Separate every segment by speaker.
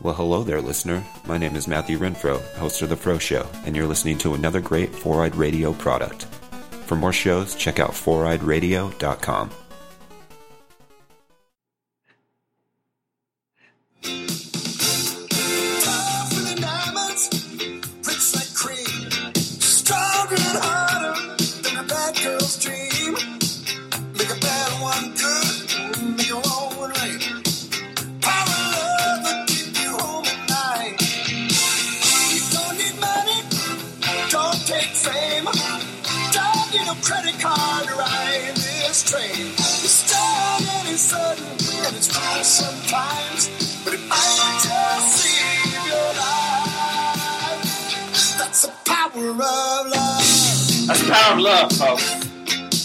Speaker 1: Well, hello there, listener. My name is Matthew Renfro, host of The Fro Show, and you're listening to another great Four Eyed Radio product. For more shows, check out foureyedradio.com.
Speaker 2: That's the power of love, folks.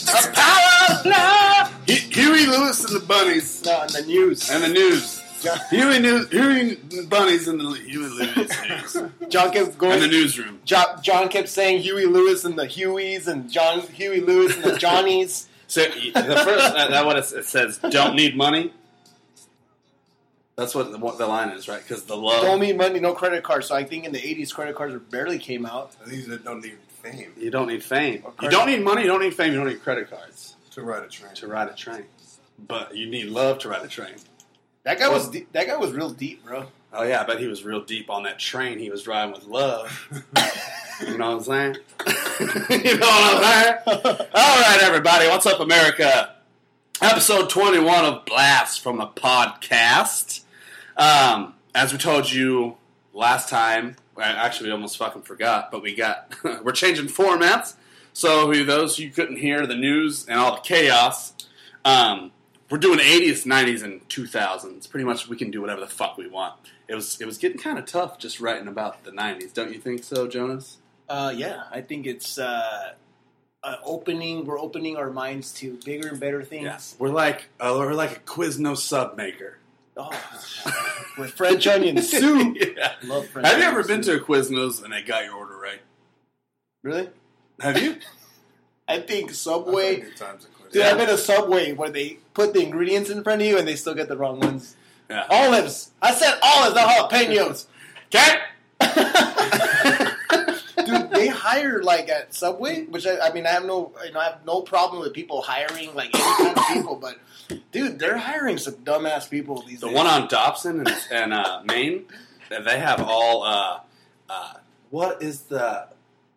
Speaker 2: The power of love.
Speaker 3: Hu- Huey Lewis and the Bunnies
Speaker 2: No, in the news.
Speaker 3: and the News.
Speaker 2: John,
Speaker 3: Huey, News, Huey Bunnies and the Huey Lewis News.
Speaker 2: John kept going.
Speaker 3: and the Newsroom.
Speaker 2: John, John kept saying Huey Lewis and the Hueys and John Huey Lewis and the Johnnies.
Speaker 3: So y- the first that, that what it, s- it says. Don't need money. That's what the, what the line is, right? Because the love.
Speaker 2: Don't need money, no credit card. So I think in the '80s, credit cards barely came out.
Speaker 4: And these that don't need fame
Speaker 3: you don't need fame.
Speaker 2: Or
Speaker 3: You
Speaker 2: credit-
Speaker 3: don't need money. You don't need fame. You don't need credit cards
Speaker 4: to ride a train.
Speaker 3: to ride a train. But you need love to ride a train.
Speaker 2: That guy was deep, that guy was real deep, bro.
Speaker 3: Oh yeah, I bet he was real deep on that train. He was riding with love. you know what I'm saying? you know what I'm saying? All right, everybody, what's up, America? Episode 21 of Blast from the podcast. Um, as we told you last time, well, actually we almost fucking forgot, but we got we're changing formats. So who those who couldn't hear the news and all the chaos, um, we're doing 80s, 90s, and 2000s. Pretty much, we can do whatever the fuck we want. It was it was getting kind of tough just writing about the 90s, don't you think so, Jonas?
Speaker 2: Uh, yeah, I think it's uh, uh, opening. We're opening our minds to bigger and better things.
Speaker 3: we're like uh, we're like a Quizno sub maker.
Speaker 2: Oh, with French onion soup.
Speaker 3: yeah.
Speaker 2: Love French
Speaker 3: Have you
Speaker 2: onion
Speaker 3: ever been to
Speaker 2: soup.
Speaker 3: a Quiznos and they got your order right?
Speaker 2: Really?
Speaker 3: Have you?
Speaker 2: I think
Speaker 4: I've had
Speaker 2: Subway.
Speaker 4: good times at Quiznos.
Speaker 2: Dude, I've been to Subway where they put the ingredients in front of you and they still get the wrong ones.
Speaker 3: Yeah.
Speaker 2: Olives. I said olives, not jalapenos.
Speaker 3: Okay.
Speaker 2: Dude, they hire like at Subway, which I, I mean, I have no, you know, I have no problem with people hiring like any kind of people, but dude, they're hiring some dumbass people these
Speaker 3: The
Speaker 2: days.
Speaker 3: one on Dobson and, and uh, Maine, they have all. Uh, uh, what is the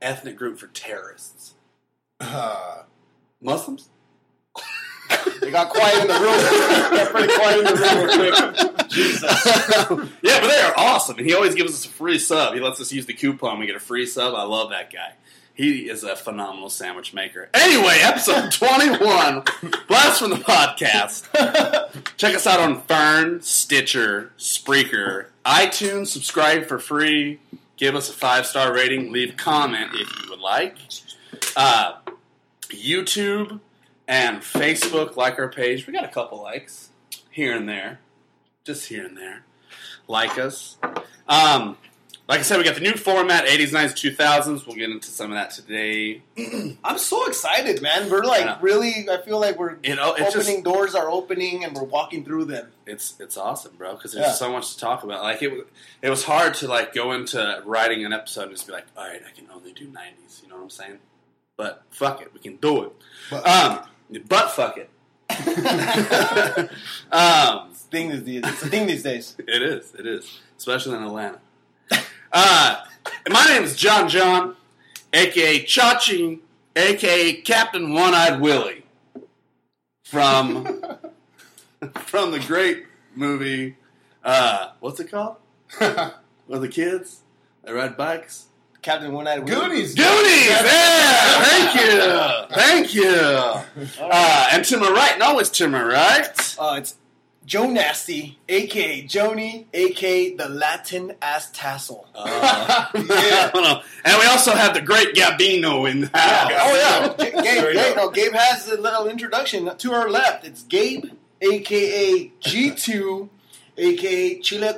Speaker 3: ethnic group for terrorists?
Speaker 4: Uh,
Speaker 3: Muslims?
Speaker 2: They got quiet in the room. got pretty quiet in the room real quick. Jesus.
Speaker 3: yeah, but they are awesome. And he always gives us a free sub. He lets us use the coupon. We get a free sub. I love that guy. He is a phenomenal sandwich maker. Anyway, episode 21, Blast from the Podcast. Check us out on Fern, Stitcher, Spreaker, iTunes. Subscribe for free. Give us a five star rating. Leave comment if you would like. Uh, YouTube and Facebook like our page. We got a couple likes here and there, just here and there. Like us. Um, like I said, we got the new format, 80s, 90s, 2000s. We'll get into some of that today.
Speaker 2: I'm so excited, man.
Speaker 3: I
Speaker 2: We're
Speaker 3: know.
Speaker 2: like really. I feel like we're
Speaker 3: You know, it's just-
Speaker 2: opening doors are opening, and we're walking through them.
Speaker 3: it's it's awesome, bro. Because there's
Speaker 2: Yeah.
Speaker 3: so much to talk about. Like it, w- it was hard to like go into writing an episode and just be like, all right, I can only do '90s. You know what I'm saying? But fuck it, we can do it.
Speaker 4: but
Speaker 3: Um, but fuck it. um,
Speaker 2: Thing these days, it's a thing these days.
Speaker 3: it is, it is, especially in Atlanta. Uh, my name is John John, aka Chachi, aka Captain One Eyed Willie, from from the great movie. Uh, what's it called? With the kids, they ride bikes.
Speaker 2: Captain One Night
Speaker 4: Goonies.
Speaker 3: Goonies! Yeah! Thank you! Thank you! Uh, and to my right, and always to my right,
Speaker 2: Uh, it's Joe Nasty, aka Joni, aka the Latin ass tassel. Uh,
Speaker 3: I don't know. and we also have the great Gabino in the house.
Speaker 2: oh yeah, G-
Speaker 4: There
Speaker 2: Gabe.
Speaker 4: you
Speaker 2: Gabe,
Speaker 4: go.
Speaker 2: no, Gabe has a little introduction to our left. It's Gabe, aka G two, aka Chile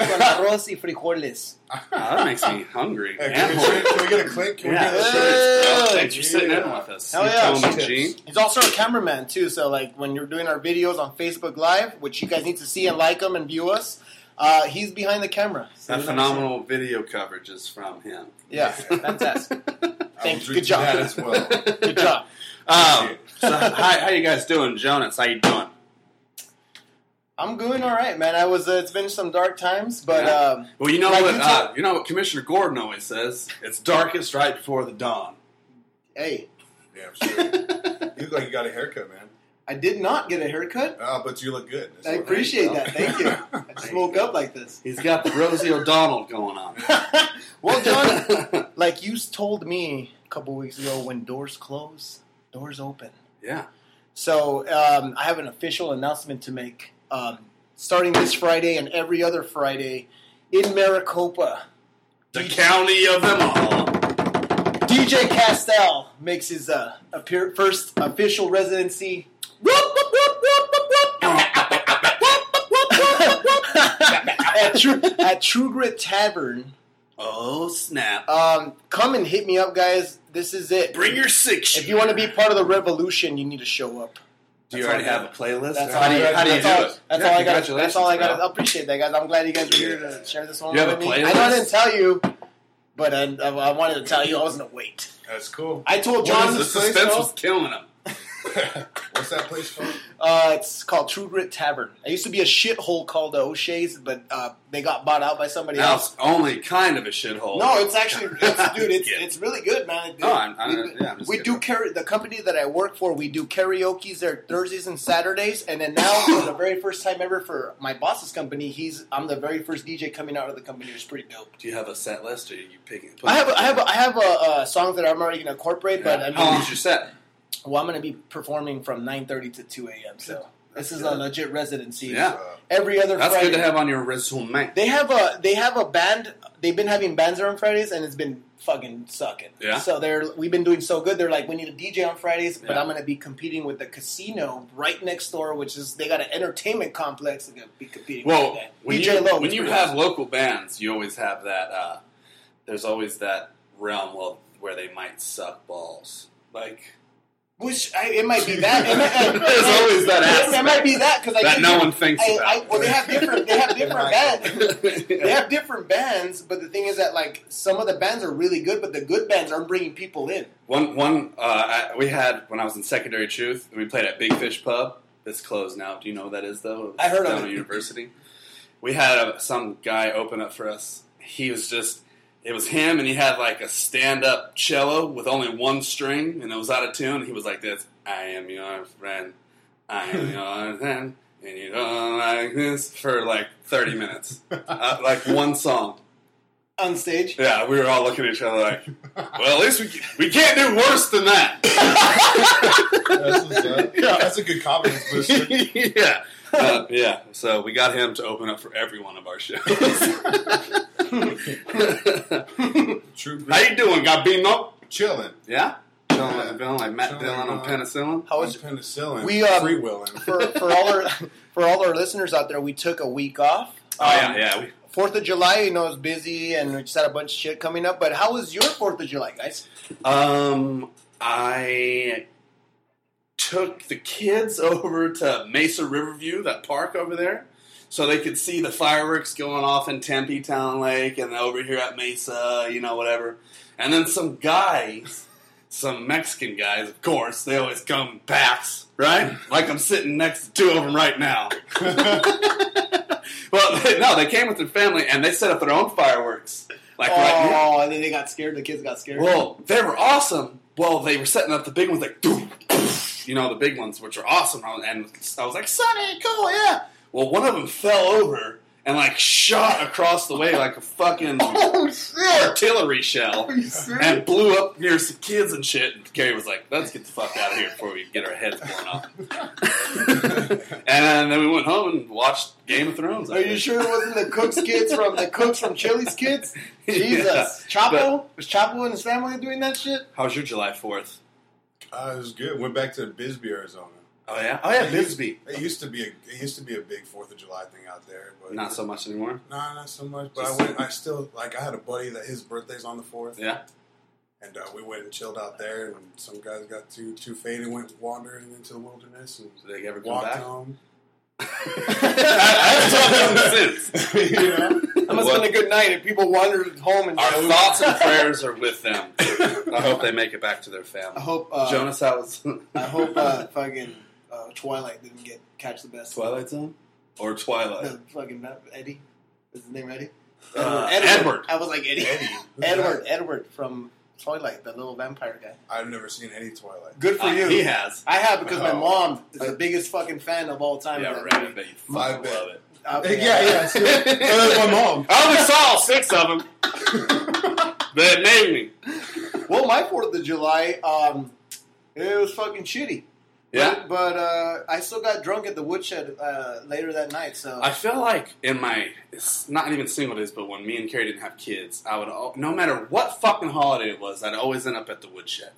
Speaker 2: con arroz y frijoles.
Speaker 3: Oh, that makes me hungry.
Speaker 4: Hey,
Speaker 3: and
Speaker 4: can, we,
Speaker 3: hungry.
Speaker 4: can we get a click? Can
Speaker 3: Yeah.
Speaker 4: we get a
Speaker 2: Hey.
Speaker 4: shirt?
Speaker 3: Oh, Thanks for sitting in
Speaker 4: yeah.
Speaker 3: with us.
Speaker 2: Hell
Speaker 3: You
Speaker 2: yeah.
Speaker 3: tell 'em,
Speaker 4: Chips.
Speaker 3: Gene.
Speaker 2: He's also a cameraman too, so like when you're doing our videos on Facebook Live, which you guys need to see and like them and view us, Uh, he's behind the camera. So
Speaker 3: That
Speaker 2: you know,
Speaker 3: phenomenal video coverage is from him.
Speaker 2: Yeah, fantastic.
Speaker 5: I will
Speaker 2: Thanks.
Speaker 5: drink
Speaker 2: Good
Speaker 5: to
Speaker 2: job.
Speaker 5: that as well.
Speaker 2: Good job. Oh.
Speaker 3: Um, so, hi, how you guys doing, Jonas? How you doing?
Speaker 2: I'm doing all right, man. I was. Uh, it's been some dark times, but
Speaker 3: Yeah.
Speaker 2: um,
Speaker 3: Well, you know
Speaker 2: Like
Speaker 3: what
Speaker 2: you
Speaker 3: uh, you know what Commissioner Gordon always says: it's darkest right before the dawn.
Speaker 2: hey,
Speaker 5: Yeah, I'm sure. You look like you got a haircut, man.
Speaker 2: I did not get a haircut.
Speaker 5: Ah, but you look good. That's
Speaker 2: I
Speaker 5: what-
Speaker 2: appreciate
Speaker 3: go.
Speaker 2: that. Thank you. I just woke up like this.
Speaker 3: He's got the Rosie O'Donnell going on.
Speaker 2: well, John, like you told me a couple weeks ago, when doors close, doors open.
Speaker 3: yeah.
Speaker 2: So um, I have an official announcement to make. Um, starting this Friday and every other Friday in Maricopa,
Speaker 3: The county of them all.
Speaker 2: DJ Castell makes his uh, appear- first official residency. at, True, at True Grit Tavern.
Speaker 3: Oh snap!
Speaker 2: Um, come and hit me up, guys. This is it.
Speaker 3: Bring your six.
Speaker 2: if you want to be part of the revolution, you need to show up.
Speaker 3: do you already have a playlist?
Speaker 2: That's
Speaker 3: how
Speaker 2: all
Speaker 3: do you,
Speaker 2: I got.
Speaker 3: how do you
Speaker 2: that's
Speaker 3: do
Speaker 2: all,
Speaker 3: it?
Speaker 2: That's
Speaker 3: Yeah,
Speaker 2: all I got.
Speaker 3: congratulations,
Speaker 2: That's all I got.
Speaker 3: bro.
Speaker 2: I appreciate that, guys. I'm glad you guys were here to share this one
Speaker 3: You have
Speaker 2: with
Speaker 3: a
Speaker 2: me.
Speaker 3: playlist?
Speaker 2: I know I didn't tell you, but I, I, I wanted to tell you. I was gonna wait.
Speaker 5: That's cool.
Speaker 2: I told
Speaker 5: What
Speaker 2: John
Speaker 5: is
Speaker 3: The
Speaker 2: this
Speaker 5: this place
Speaker 3: suspense
Speaker 5: though?
Speaker 3: was killing him.
Speaker 5: What's that place called?
Speaker 2: Uh, it's called True Grit Tavern. It used to be a shithole called the O'Shea's, but uh, they got bought out by somebody
Speaker 3: Now
Speaker 2: else.
Speaker 3: it's only kind of a shithole.
Speaker 2: No, it's actually, it's, dude, it's,
Speaker 3: Yeah.
Speaker 2: it's really good, man. It-
Speaker 3: No, I'm- I'm-
Speaker 2: we
Speaker 3: yeah, I'm just
Speaker 2: we
Speaker 3: kidding.
Speaker 2: do karaoke. The company that I work for, we do karaoke's there Thursdays and Saturdays, and then now for the very first time ever for my boss's company, he's I'm the very first DJ coming out of the company. It's pretty dope.
Speaker 3: Do you have a set list, or are you picking?
Speaker 2: I have a, I have a, I have a, a song that I'm already going to incorporate, but I
Speaker 3: How
Speaker 2: mean,
Speaker 3: long's your set?
Speaker 2: well, I'm going to be performing from 9:30 to 2 a.m. So this is a
Speaker 5: good.
Speaker 2: legit residency.
Speaker 3: Yeah.
Speaker 5: Uh,
Speaker 2: Every other
Speaker 3: That's
Speaker 2: Friday.
Speaker 3: good to have on your resume.
Speaker 2: They have a they have a band. They've been having bands there on Fridays, and it's been fucking sucking.
Speaker 3: Yeah.
Speaker 2: So they're we've been doing so good. They're like, we need a DJ on Fridays, but
Speaker 3: Yeah.
Speaker 2: I'm gonna be competing with the casino right next door, which is they got an entertainment complex. They're gonna be competing. with
Speaker 3: Well,
Speaker 2: that.
Speaker 3: when
Speaker 2: DJ
Speaker 3: you,
Speaker 2: Low,
Speaker 3: when
Speaker 2: is
Speaker 3: you
Speaker 2: pretty
Speaker 3: have
Speaker 2: awesome.
Speaker 3: local bands, you always have that. Uh, there's always that realm of where they might suck balls. Like
Speaker 2: which I, it might be that. It might,
Speaker 3: There's always that
Speaker 2: It might be that because I
Speaker 3: that,
Speaker 2: did-
Speaker 3: no one thinks
Speaker 2: I, I,
Speaker 3: about.
Speaker 2: well, they have different. They have different
Speaker 5: Right.
Speaker 2: bands. They
Speaker 3: yeah.
Speaker 2: have different bands, but the thing is that like some of the bands are really good, but the good bands aren't bringing people in.
Speaker 3: One one uh, I, we had when I was in secondary truth, and we played at Big Fish Pub. That's closed now. Do you know what that is though?
Speaker 2: I heard of
Speaker 3: down
Speaker 2: it.
Speaker 3: at University. We had a, some guy open up for us. He was just. It was him, and he had like a stand-up cello with only one string, and it was out of tune. And he was like this: "I am your friend, I am your friend, and you don't like this." For like thirty minutes, uh, like one song.
Speaker 2: On stage,
Speaker 3: Yeah, we were all looking at each other like, "Well, at least we we can't do worse than that."
Speaker 5: that's, what's up.
Speaker 3: Yeah.
Speaker 5: that's a good confidence booster.
Speaker 3: yeah. Uh, yeah. So we got him to open up for every one of our shows.
Speaker 5: True.
Speaker 3: How you doing? Got beaten up?
Speaker 5: Chilling.
Speaker 3: Yeah. Feeling like, feeling like Matt
Speaker 5: Chilling,
Speaker 3: Dillon on
Speaker 5: uh,
Speaker 3: penicillin?
Speaker 2: how was
Speaker 5: penicillin.
Speaker 2: We, uh,
Speaker 5: free willing.
Speaker 2: for, for all our for all our listeners out there, we took a week off. Um,
Speaker 3: Oh, yeah, yeah. We-
Speaker 2: Fourth of July, you know, it's busy, and we just had a bunch of shit coming up. But how was your Fourth of July, guys?
Speaker 3: Um, I took the kids over to Mesa Riverview, that park over there, so they could see the fireworks going off in Tempe Town Lake and over here at Mesa, you know, whatever. And then some guys, some Mexican guys, of course, they always come backs, right? Like I'm sitting next to two of them right now. well, they, no, they came with their family and they set up their own fireworks. Like right here.
Speaker 2: Oh, and then they got scared. The kids got scared.
Speaker 3: Well, they were awesome. Well, they were setting up the big ones, like, doof, doof, you know, the big ones, which are awesome. I was- And I was like, Sonny, cool, yeah. Well, one of them fell over and, like, shot across the way like a fucking
Speaker 2: oh shit!
Speaker 3: artillery shell
Speaker 2: Are you serious?
Speaker 3: and blew up near some kids and shit. And Gary was like, let's get the fuck out of here before we get our heads blown off. and then we went home and watched Game of Thrones. I
Speaker 2: Are you
Speaker 3: think.
Speaker 2: sure it wasn't the Cooks kids from the Cooks from Chili's kids? Jesus,
Speaker 3: Yeah,
Speaker 2: Chapo
Speaker 3: but-
Speaker 2: was Chapo and his family doing that shit?
Speaker 3: How was your July 4th?
Speaker 5: Uh, it was good. Went back to Bisbee, Arizona.
Speaker 3: Oh, yeah? Oh, yeah,
Speaker 5: It used-
Speaker 3: Bisbee.
Speaker 5: It used to be a it used to be a big Fourth of July thing out there, but
Speaker 3: Not so much anymore.
Speaker 5: Nah, not so much. But
Speaker 3: Just-
Speaker 5: I went. I still like. I had a buddy that his birthday's on the fourth,
Speaker 3: Yeah.
Speaker 5: and uh, we went and chilled out there. And some guys got too too faded, went wandering into the wilderness, and
Speaker 3: Did they ever come
Speaker 5: walked
Speaker 3: back?
Speaker 5: home.
Speaker 3: I've told them since.
Speaker 5: you know?
Speaker 2: I'm gonna spend a good night if people wandered home and
Speaker 3: Our
Speaker 2: showed-
Speaker 3: thoughts and prayers are with them. I hope they make it back to their
Speaker 2: I
Speaker 3: family.
Speaker 2: hope uh,
Speaker 3: Jonas, how was
Speaker 2: I hope uh, fucking uh, Twilight didn't get catch the best.
Speaker 3: Twilight Zone or Twilight?
Speaker 2: The fucking Eddie is his name Eddie.
Speaker 3: Uh, Edward.
Speaker 2: I was like Eddie.
Speaker 5: Eddie. Who's
Speaker 2: Edward. Edward from Twilight, the little vampire guy.
Speaker 5: that? I've never seen any Twilight.
Speaker 2: Good for
Speaker 3: Uh,
Speaker 2: you.
Speaker 3: He has.
Speaker 2: I have because my
Speaker 5: Oh.
Speaker 2: mom is the biggest fucking fan of all time.
Speaker 3: Yeah,
Speaker 2: of
Speaker 3: right.
Speaker 2: that
Speaker 3: I
Speaker 2: movie.
Speaker 3: bet you fucking
Speaker 5: bet.
Speaker 3: love it.
Speaker 2: Uh,
Speaker 5: Hey, yeah, yeah. see? That was my mom.
Speaker 3: I only saw six of them. That made me.
Speaker 2: Well, my Fourth of July, um, it was fucking shitty.
Speaker 3: Yeah.
Speaker 2: but uh, I still got drunk at the woodshed uh, later that night. So
Speaker 3: I feel like in my, it's not even single days, but when me and Carrie didn't have kids, I would, al- no matter what fucking holiday it was, I'd always end up at the woodshed.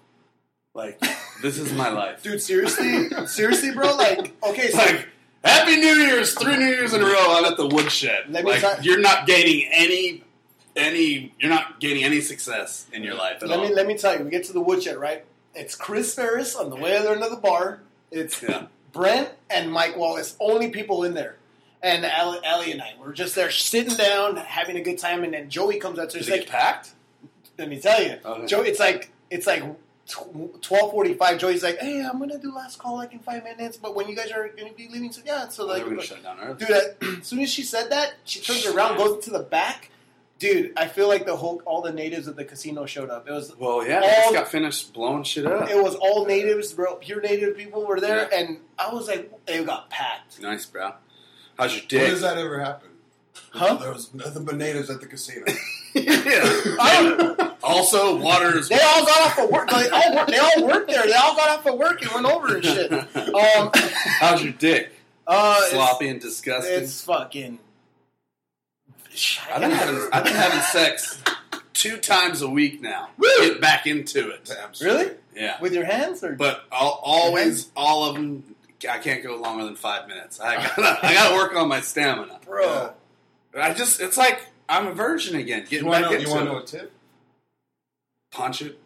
Speaker 3: Like, this is my life.
Speaker 2: Dude, seriously, seriously, bro. Like, okay, so
Speaker 3: Like, Happy New Year's, three New Years in a row, I'm at the woodshed.
Speaker 2: Let me
Speaker 3: like,
Speaker 2: tell-
Speaker 3: you're not gaining any, any, you're not gaining any success in your life at
Speaker 2: let
Speaker 3: all.
Speaker 2: me let me tell you. We get to the woodshed, right? It's Chris Ferris on the way to another bar. It's
Speaker 3: Yeah.
Speaker 2: Brent and Mike Wallace, only people in there. And Allie, Allie and I, we're just there sitting down, having a good time, and then Joey comes up to us
Speaker 3: Does
Speaker 2: he's
Speaker 3: it get
Speaker 2: like,
Speaker 3: packed?
Speaker 2: "Let me tell you,
Speaker 3: Okay.
Speaker 2: Joey, it's like it's like twelve forty-five. Joey's like, "Hey, I'm gonna do last call like in five minutes, but when you guys are gonna be leaving, so yeah, so
Speaker 3: Like,
Speaker 2: like,
Speaker 3: we're going to shut down early.
Speaker 2: Dude, I- as soon as she said that, she turns around, goes to the back. Dude, I feel like the whole all the natives at the casino showed up. It was
Speaker 3: Well, yeah, I just
Speaker 2: All-
Speaker 3: got finished blowing shit up.
Speaker 2: it was all natives, bro. Pure native people were there,
Speaker 3: Yeah.
Speaker 2: and I was like, it got packed,
Speaker 3: Nice, bro. How's your
Speaker 5: When
Speaker 3: dick?
Speaker 5: does that ever happen?
Speaker 2: huh?
Speaker 5: There was nothing but natives at the casino.
Speaker 3: Yeah. also, water is.
Speaker 2: They all got off of work. They all work, they all worked there. They all got off of work and went over and shit. Um,
Speaker 3: How's your dick?
Speaker 2: uh, it's,
Speaker 3: Sloppy and disgusting.
Speaker 2: it's fucking.
Speaker 3: I've been having I've been having sex two times a week now. Get back into it.
Speaker 5: To Amsterdam.
Speaker 2: really
Speaker 3: Yeah,
Speaker 2: with your hands or
Speaker 3: but I'll, always all of them. I can't go longer than five minutes. I gotta I gotta work on my stamina.
Speaker 2: bro.
Speaker 5: Yeah.
Speaker 3: I just it's like I'm a virgin again.
Speaker 5: You
Speaker 3: Getting
Speaker 5: want
Speaker 3: back
Speaker 5: to know, you
Speaker 3: into
Speaker 5: wanna
Speaker 3: it.
Speaker 5: know a tip?
Speaker 3: Punch it.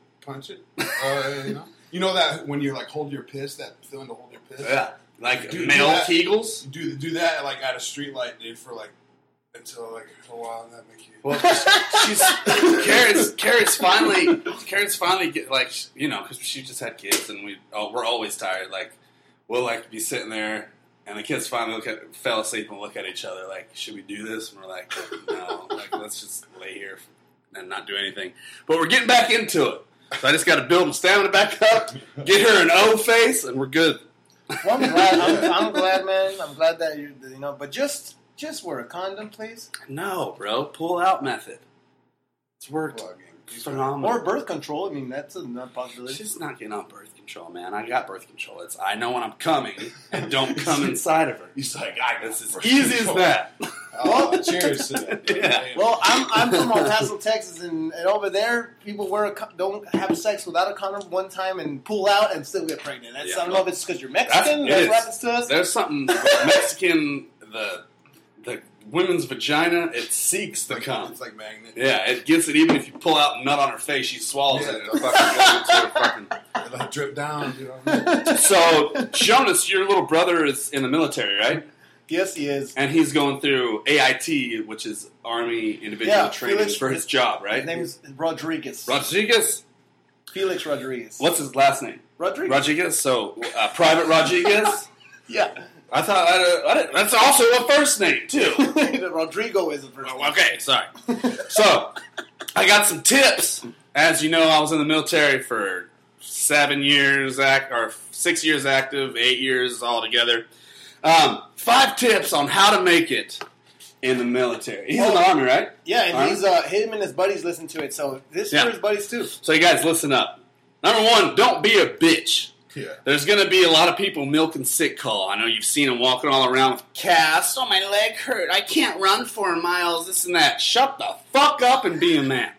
Speaker 5: Punch it. Uh, you, know? you know that when you like hold your piss, that feeling to hold your piss.
Speaker 3: Yeah, like
Speaker 5: Dude,
Speaker 3: male
Speaker 5: yeah.
Speaker 3: kegels.
Speaker 5: Do do that like at a street light, dude, for like until like a while, and that make you.
Speaker 3: Well, she's Carrot's, Carrot's finally Carrot's finally get like sh- you know because she just had kids and we oh, we're always tired. Like we'll like be sitting there and the kids finally look at fell asleep and look at each other like should we do this? And we're like no, like let's just lay here and not do anything. But we're getting back into it. So I just got to build my stamina back up, get her an O face, and we're good.
Speaker 2: Well, I'm glad. I'm, I'm glad, man. I'm glad that you, you know. But just, just wear a condom, please,
Speaker 3: No, bro, pull out method. It's worked
Speaker 5: plugging. He's
Speaker 3: phenomenal.
Speaker 2: or birth control. I mean, that's another possibility.
Speaker 3: She's not getting on birth control, man. I got birth control. It's I know when I'm coming and don't come inside of her.
Speaker 5: He's like, I
Speaker 3: It's as
Speaker 5: birth
Speaker 3: easy as
Speaker 5: control.
Speaker 3: that.
Speaker 5: Oh, cheers to that.
Speaker 3: Yeah.
Speaker 2: Well, I'm, I'm from El Paso, Texas, and, and over there, people wear a co- don't have sex without a condom one time and pull out and still get pregnant. That's, I don't know if it's because you're Mexican.
Speaker 3: That's-
Speaker 2: That's,
Speaker 3: it
Speaker 2: what happens to us.
Speaker 3: There's something Mexican the the women's vagina it seeks the
Speaker 5: Like,
Speaker 3: cum.
Speaker 5: It's like magnet.
Speaker 3: Yeah, it gets it even if you pull out nut on her face, she swallows
Speaker 5: Yeah,
Speaker 3: it.
Speaker 5: the
Speaker 3: And fucking goes into her
Speaker 5: It like drip down. You know. What I mean?
Speaker 3: fucking... So Jonas, your little brother is in the military, right?
Speaker 2: Yes, he is.
Speaker 3: And he's going through AIT, which is Army Individual
Speaker 2: Yeah,
Speaker 3: Training
Speaker 2: Felix-
Speaker 3: for his job,
Speaker 2: His
Speaker 3: right?
Speaker 2: name is Rodriguez.
Speaker 3: Rodriguez.
Speaker 2: Felix Rodriguez.
Speaker 3: What's his last name?
Speaker 2: Rodriguez?
Speaker 3: Rodriguez. So uh, Private Rodriguez.
Speaker 2: yeah.
Speaker 3: I thought I, I, that's also a first name too.
Speaker 2: Rodrigo is the first.
Speaker 3: Oh, okay, sorry. So I got some tips. As you know, I was in the military for seven years, act or six years active, eight years altogether. Um, five tips on how to make it in the military. He's in the army, right?
Speaker 2: Yeah, and
Speaker 3: Alright.
Speaker 2: he's uh, him and his buddies listen to it. So this
Speaker 3: Yeah.
Speaker 2: for his buddies too.
Speaker 3: So you guys, listen up. Number one, don't be a bitch.
Speaker 5: Yeah.
Speaker 3: There's going to be a lot of people milking sick call. I know you've seen them walking all around with casts. Oh, my leg hurt. I can't run four miles. This and that. Shut the fuck up and be a man.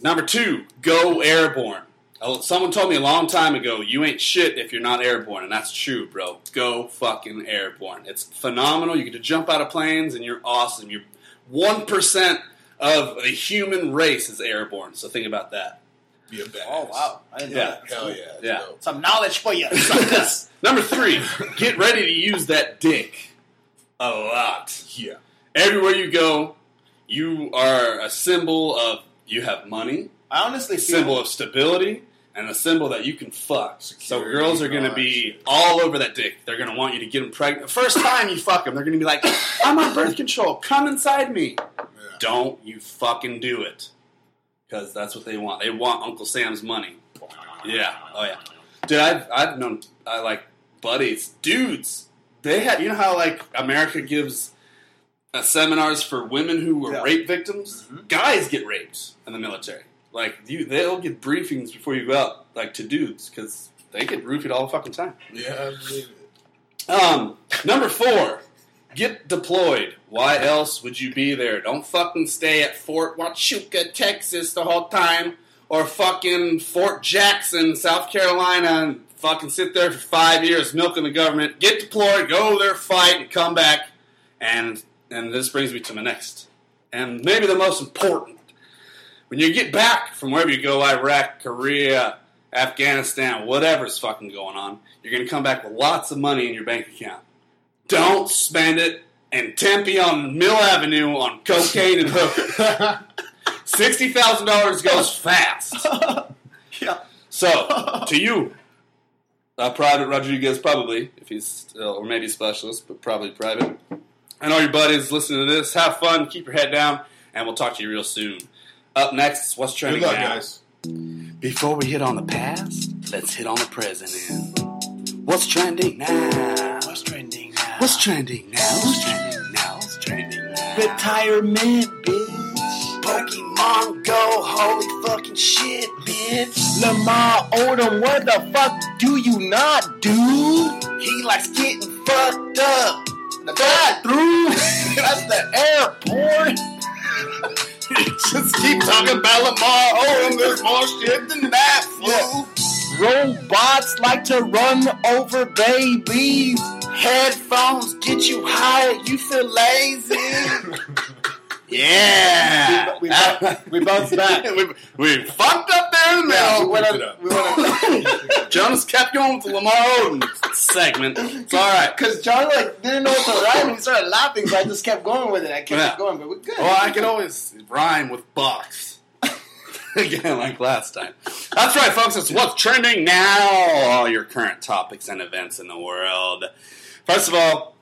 Speaker 3: Number two, go airborne. Oh, Someone told me a long time ago, you ain't shit if you're not airborne, and that's true, bro. Go fucking airborne. It's phenomenal. You get to jump out of planes, and you're awesome. You're one percent of the human race is airborne. So think about that.
Speaker 5: be a badass.
Speaker 2: Oh wow! I didn't
Speaker 3: Yeah.
Speaker 2: know that.
Speaker 5: Hell yeah. that's
Speaker 3: Yeah.
Speaker 5: dope.
Speaker 2: Some knowledge for you.
Speaker 3: Yes. Number three, get ready to use that dick a lot.
Speaker 5: Yeah.
Speaker 3: Everywhere you go, you are a symbol of you have money,
Speaker 2: I honestly
Speaker 3: a
Speaker 2: feel
Speaker 3: symbol of stability, and a symbol that you can fuck. so
Speaker 5: Security,
Speaker 3: girls are going to
Speaker 5: God.
Speaker 3: be all over that dick. They're going to want you to get them pregnant. First time you fuck them, they're going to be like, "I'm on birth control. Come inside me."
Speaker 5: Yeah.
Speaker 3: Don't you fucking do it, because that's what they want. They want Uncle Sam's money. Yeah. Oh yeah. Dude, I've I've known I like buddies, dudes. They had you know how like America gives uh, seminars for women who were
Speaker 2: Yeah.
Speaker 3: rape victims. Guys get raped in the military. Like you, they'll get briefings before you go out, like to dudes, because they get roofied all the fucking time.
Speaker 5: Yeah, I believe it.
Speaker 3: Um, number four, get deployed. Why else would you be there? Don't fucking stay at Fort Huachuca, Texas the whole time, or fucking Fort Jackson, South Carolina, and fucking sit there for five years milking the government. Get deployed, go over there, fight, and come back. And and this brings me to my next, and maybe the most important. When you get back from wherever you go, Iraq, Korea, Afghanistan, whatever's fucking going on, you're gonna come back with lots of money in your bank account. Don't spend it in Tempe on Mill Avenue on cocaine and hookers. Sixty thousand dollars goes fast.
Speaker 2: yeah.
Speaker 3: So to you, uh, Private Rodriguez, probably if he's still, or maybe specialist, but probably private. And all your buddies listening to this, have fun, keep your head down, and we'll talk to you real soon. Up next, is what's
Speaker 5: Good
Speaker 3: trending
Speaker 5: luck,
Speaker 3: now.
Speaker 5: guys.
Speaker 3: Before we hit on the past, let's hit on the present. end. What's trending now?
Speaker 2: What's trending now?
Speaker 3: What's trending now? What's trending now? What's trending now?
Speaker 2: Retirement, bitch. Pokemon Go, holy fucking shit, bitch. Lamar Odom, what the fuck do you not do? He likes getting fucked up. The drive through. That's the airport.
Speaker 3: Just keep talking about Lamar Odom. There's more shit than that, fool.
Speaker 2: Robots like to run over babies. Headphones get you high, you feel lazy.
Speaker 3: Yeah.
Speaker 2: We- we bou- we bounced back.
Speaker 3: we, we fucked up there in the
Speaker 2: Yeah, we
Speaker 3: middle.
Speaker 2: went up- we went
Speaker 3: Jonas kept going with the Lamar Odom segment. It's all right.
Speaker 2: Because John like didn't know what to rhyme, and he started laughing. So I just kept going with it. I kept
Speaker 3: Yeah.
Speaker 2: going, but we're good.
Speaker 3: Well, I can always rhyme with box. Again, like last time. That's right, folks. It's what's trending now. All your current topics and events in the world. First of all,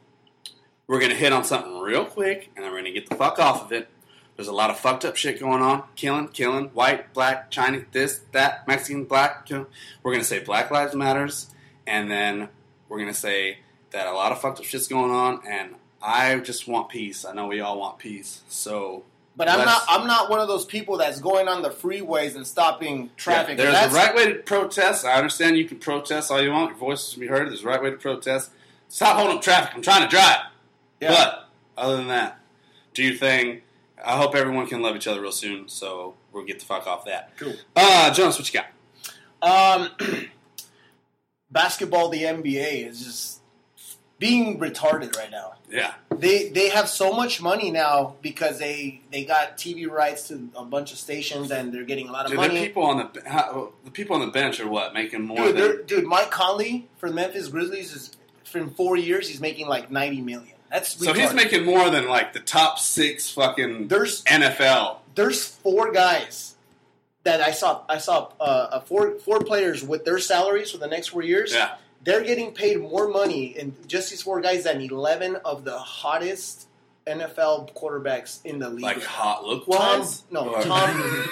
Speaker 3: we're going to hit on something real quick, and then we're going to get the fuck off of it. There's a lot of fucked up shit going on. Killing, killing, white, black, Chinese, this, that, Mexican, black. kill- We're going to say Black Lives Matters, and then we're going to say that a lot of fucked up shit's going on, and I just want peace. I know we all want peace. So
Speaker 2: but I'm not.
Speaker 3: let's-
Speaker 2: I'm not one of those people that's going on the freeways and stopping traffic.
Speaker 3: Yeah, there's
Speaker 2: that's,
Speaker 3: a right way to protest. I understand you can protest all you want. Your voice can be heard. There's a right way to protest. Stop holding up traffic. I'm trying to drive.
Speaker 2: Yeah.
Speaker 3: But other than that, do your thing. I hope everyone can love each other real soon. So we'll get the fuck off that.
Speaker 2: Cool.
Speaker 3: Uh, Jonas, what you got?
Speaker 2: Um, basketball, the NBA is just being retarded right now.
Speaker 3: Yeah.
Speaker 2: They they have so much money now because they they got TV rights to a bunch of stations, and they're getting a lot of
Speaker 3: Dude, the
Speaker 2: money.
Speaker 3: people on the how, the people on the bench are what making more
Speaker 2: Dude, they're-
Speaker 3: than
Speaker 2: dude, Mike Conley for Memphis Grizzlies is in four years he's making like ninety million. That's
Speaker 3: so he's
Speaker 2: retarded.
Speaker 3: making more than like the top six fucking
Speaker 2: There's-
Speaker 3: NFL.
Speaker 2: There's four guys that I saw. I saw uh, uh, four four players with their salaries for the next four years.
Speaker 3: Yeah.
Speaker 2: they're getting paid more money in just these four guys than eleven of the hottest NFL quarterbacks in the league.
Speaker 3: Like hot look
Speaker 2: Tom,
Speaker 3: wise.
Speaker 2: no, Tom,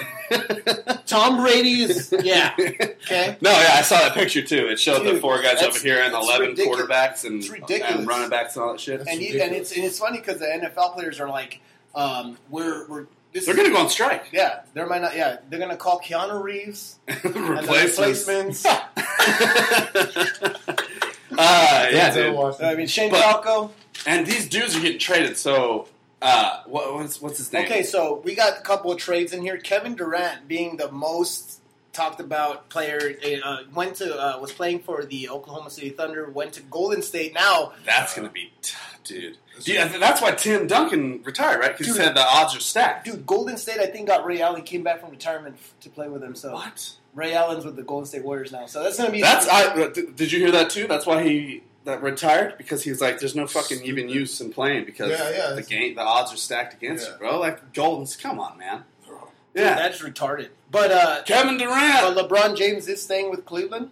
Speaker 2: Tom Brady is yeah. Okay,
Speaker 3: No, yeah, I saw that picture too. It showed the
Speaker 2: Dude,
Speaker 3: four guys over
Speaker 2: that's-
Speaker 3: here and
Speaker 2: that's
Speaker 3: eleven
Speaker 2: ridiculous.
Speaker 3: quarterbacks and,
Speaker 2: It's ridiculous.
Speaker 3: and running backs and all that shit.
Speaker 2: and, you, and it's and it's funny because the NFL players are like, um, we're we're this
Speaker 3: They're
Speaker 2: is-
Speaker 3: gonna go on strike.
Speaker 2: Yeah, there might not. Yeah, they're gonna call Keanu Reeves and the
Speaker 3: Replacements.
Speaker 2: replacements.
Speaker 3: uh, yeah,
Speaker 5: Denzel
Speaker 3: dude.
Speaker 5: Washington.
Speaker 2: I mean, Shane
Speaker 3: But-
Speaker 2: Falco.
Speaker 3: And these dudes are getting traded. So, uh, what, what's what's his name?
Speaker 2: Okay, so we got a couple of trades in here. Kevin Durant being the most talked about player uh, went to uh, was playing for the Oklahoma City Thunder. Went to Golden State. Now
Speaker 3: that's gonna be, t- dude.
Speaker 5: That's
Speaker 3: Yeah, that's why Tim Duncan retired, right? Because he
Speaker 2: Dude.
Speaker 3: said the odds are stacked.
Speaker 2: Dude, Golden State, I think, got Ray Allen, came back from retirement f- to play with himself.
Speaker 3: what?
Speaker 2: Ray Allen's with the Golden State Warriors now, so that's gonna be
Speaker 3: That's I. Did did you hear that too? That's why he that retired because he's like, there's no fucking even use in playing because
Speaker 5: Yeah, yeah,
Speaker 3: the
Speaker 5: that's-
Speaker 3: game, the odds are stacked against
Speaker 5: Yeah.
Speaker 3: you, bro. Like Golden's, come on, man.
Speaker 2: dude,
Speaker 3: Yeah,
Speaker 2: that's retarded. But uh,
Speaker 3: Kevin Durant.
Speaker 2: but LeBron James is staying with Cleveland,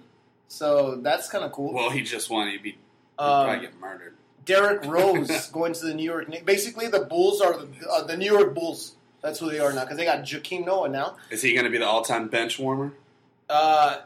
Speaker 2: so that's kind of cool.
Speaker 3: Well, he just won. He'd be he'd probably
Speaker 2: um,
Speaker 3: get murdered.
Speaker 2: Derek Rose going to the New York Knicks. Basically, the Bulls are the, uh, the New York Bulls. That's who they are now because they got Joakim Noah now.
Speaker 3: Is he going to be the all-time bench warmer?
Speaker 2: Uh,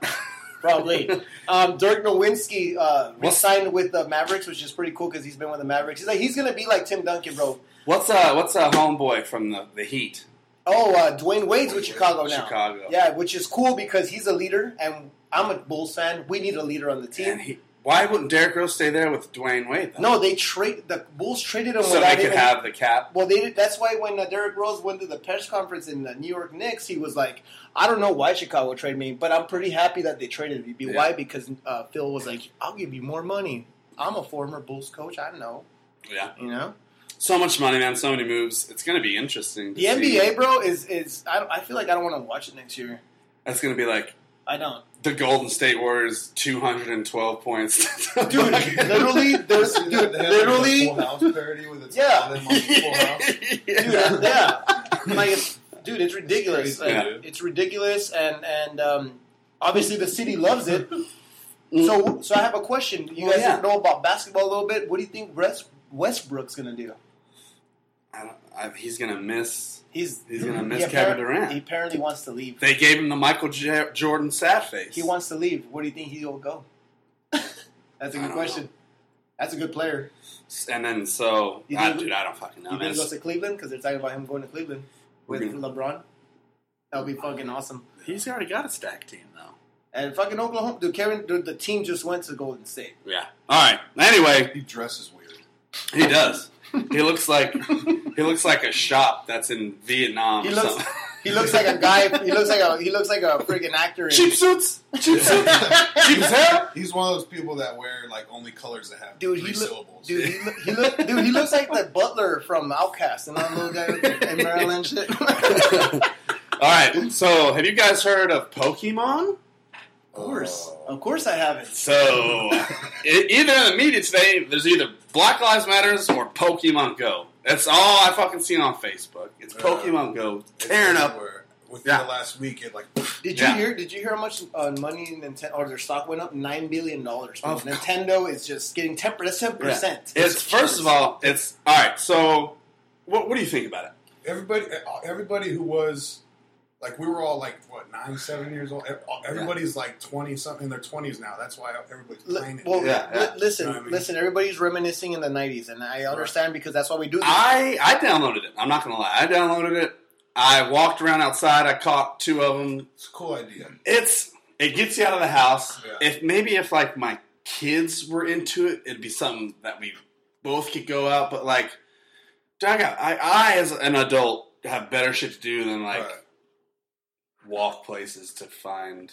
Speaker 2: probably. Um, Dirk Nowinski uh,
Speaker 3: What?
Speaker 2: signed with the Mavericks, which is pretty cool because he's been with the Mavericks. He's like he's gonna be like Tim Duncan, bro.
Speaker 3: What's uh What's uh homeboy from the the Heat?
Speaker 2: Oh, uh, Dwayne Wade's with Chicago now.
Speaker 3: Chicago.
Speaker 2: Yeah, which is cool because he's a leader, and I'm a Bulls fan. We need a leader on the team.
Speaker 3: And he, why wouldn't Derrick Rose stay there with Dwayne Wade? Though?
Speaker 2: no, they trade the Bulls traded him
Speaker 3: so
Speaker 2: without
Speaker 3: they could
Speaker 2: even-
Speaker 3: have the cap.
Speaker 2: Well, they did, that's why when uh, Derrick Rose went to the press conference in the New York Knicks, he was like, "I don't know why Chicago traded me, but I'm pretty happy that they traded me. Be
Speaker 3: Yeah.
Speaker 2: Why? Because uh, Phil was like, "I'll give you more money. I'm a former Bulls coach. I know,
Speaker 3: Yeah,
Speaker 2: you know."
Speaker 3: so much money, man. So many moves. It's going to be interesting. to
Speaker 2: The
Speaker 3: see.
Speaker 2: NBA, bro, is is I, don't, I feel like I don't want to watch it next year.
Speaker 3: That's going to be like
Speaker 2: I don't,
Speaker 3: the Golden State Warriors, two hundred and twelve points.
Speaker 2: dude. literally, there's
Speaker 5: See
Speaker 2: dude,
Speaker 5: that? They have, like, a
Speaker 2: literally,
Speaker 5: Full House parody with its
Speaker 2: Yeah.
Speaker 5: all them on the Full House.
Speaker 2: dude, yeah. Like, it's, dude, it's ridiculous.
Speaker 5: It's
Speaker 2: Like,
Speaker 5: crazy,
Speaker 3: dude.
Speaker 2: It's ridiculous, and and um, obviously the city loves it. So, so I have a question. You
Speaker 3: Mm. Well,
Speaker 2: guys
Speaker 3: yeah.
Speaker 2: know about basketball a little bit. What do you think West, Westbrook's going to do?
Speaker 3: I don't, I, he's going to miss.
Speaker 2: He's
Speaker 3: He's gonna miss
Speaker 2: he appar-
Speaker 3: Kevin Durant.
Speaker 2: He apparently wants to leave.
Speaker 3: They gave him the Michael J- Jordan sad face.
Speaker 2: He wants to leave. Where do you think he'll go? That's a
Speaker 3: I
Speaker 2: good
Speaker 3: don't
Speaker 2: question.
Speaker 3: know.
Speaker 2: That's a good player.
Speaker 3: and then so
Speaker 2: You
Speaker 3: I,
Speaker 2: think-
Speaker 3: dude, I don't fucking know.
Speaker 2: you
Speaker 3: man.
Speaker 2: think he goes to Cleveland because they're talking about him going to Cleveland
Speaker 3: We're
Speaker 2: with LeBron? That'll be fucking awesome.
Speaker 3: he's already got a stack team though.
Speaker 2: And fucking Oklahoma, dude, Kevin, dude, the team just went to Golden State.
Speaker 3: Yeah. All right. Anyway,
Speaker 5: He dresses weird.
Speaker 3: He does. He looks like he looks like a shop that's in Vietnam.
Speaker 2: He
Speaker 3: or
Speaker 2: looks,
Speaker 3: something.
Speaker 2: he looks like a guy. He looks like a he looks like a freaking actor. in-
Speaker 3: cheap suits, cheap suits, cheap hair.
Speaker 5: He's one of those people that wear like only colors that have
Speaker 2: Dude,
Speaker 5: three
Speaker 2: he look,
Speaker 5: syllables.
Speaker 2: dude, he look, he look, dude, he looks like the butler from Outcast, and that little guy in Maryland shit.
Speaker 3: All right. So, have you guys heard of Pokemon?
Speaker 2: of course, of course, I haven't.
Speaker 3: So, e- either in the media today, there's either Black Lives Matters or Pokemon Go. That's all I fucking seen on Facebook. It's Pokemon Go
Speaker 5: It's
Speaker 3: tearing up.
Speaker 5: everywhere. Within
Speaker 3: Yeah.
Speaker 5: the last week, it like
Speaker 2: Did you
Speaker 3: Yeah.
Speaker 2: hear? Did you hear how much uh, money Nintendo or their stock went up? Nine billion dollars.
Speaker 3: Of course.
Speaker 2: Nintendo is just getting ten percent.
Speaker 3: It's first of all, it's all right. So, what, what do you think about it?
Speaker 5: everybody, everybody who was like we were all like what nine, seven years old. Ev- Everybody's like twenty something in their twenties now. That's why everybody's
Speaker 2: Li-
Speaker 5: playing it.
Speaker 2: well,
Speaker 3: Yeah,
Speaker 2: li-
Speaker 3: yeah.
Speaker 2: listen,
Speaker 5: You know what I mean?
Speaker 2: listen. Everybody's reminiscing in the '90s, and I understand because that's why we do this.
Speaker 3: I I downloaded it. I'm not gonna lie. I downloaded it. I walked around outside. I caught two of them.
Speaker 5: it's a cool idea.
Speaker 3: It's it gets you out of the house.
Speaker 5: Yeah.
Speaker 3: If maybe if like my kids were into it, it'd be something that we both could go out. But like, dog, I I as an adult have better shit to do than like
Speaker 5: Right.
Speaker 3: walk places to find.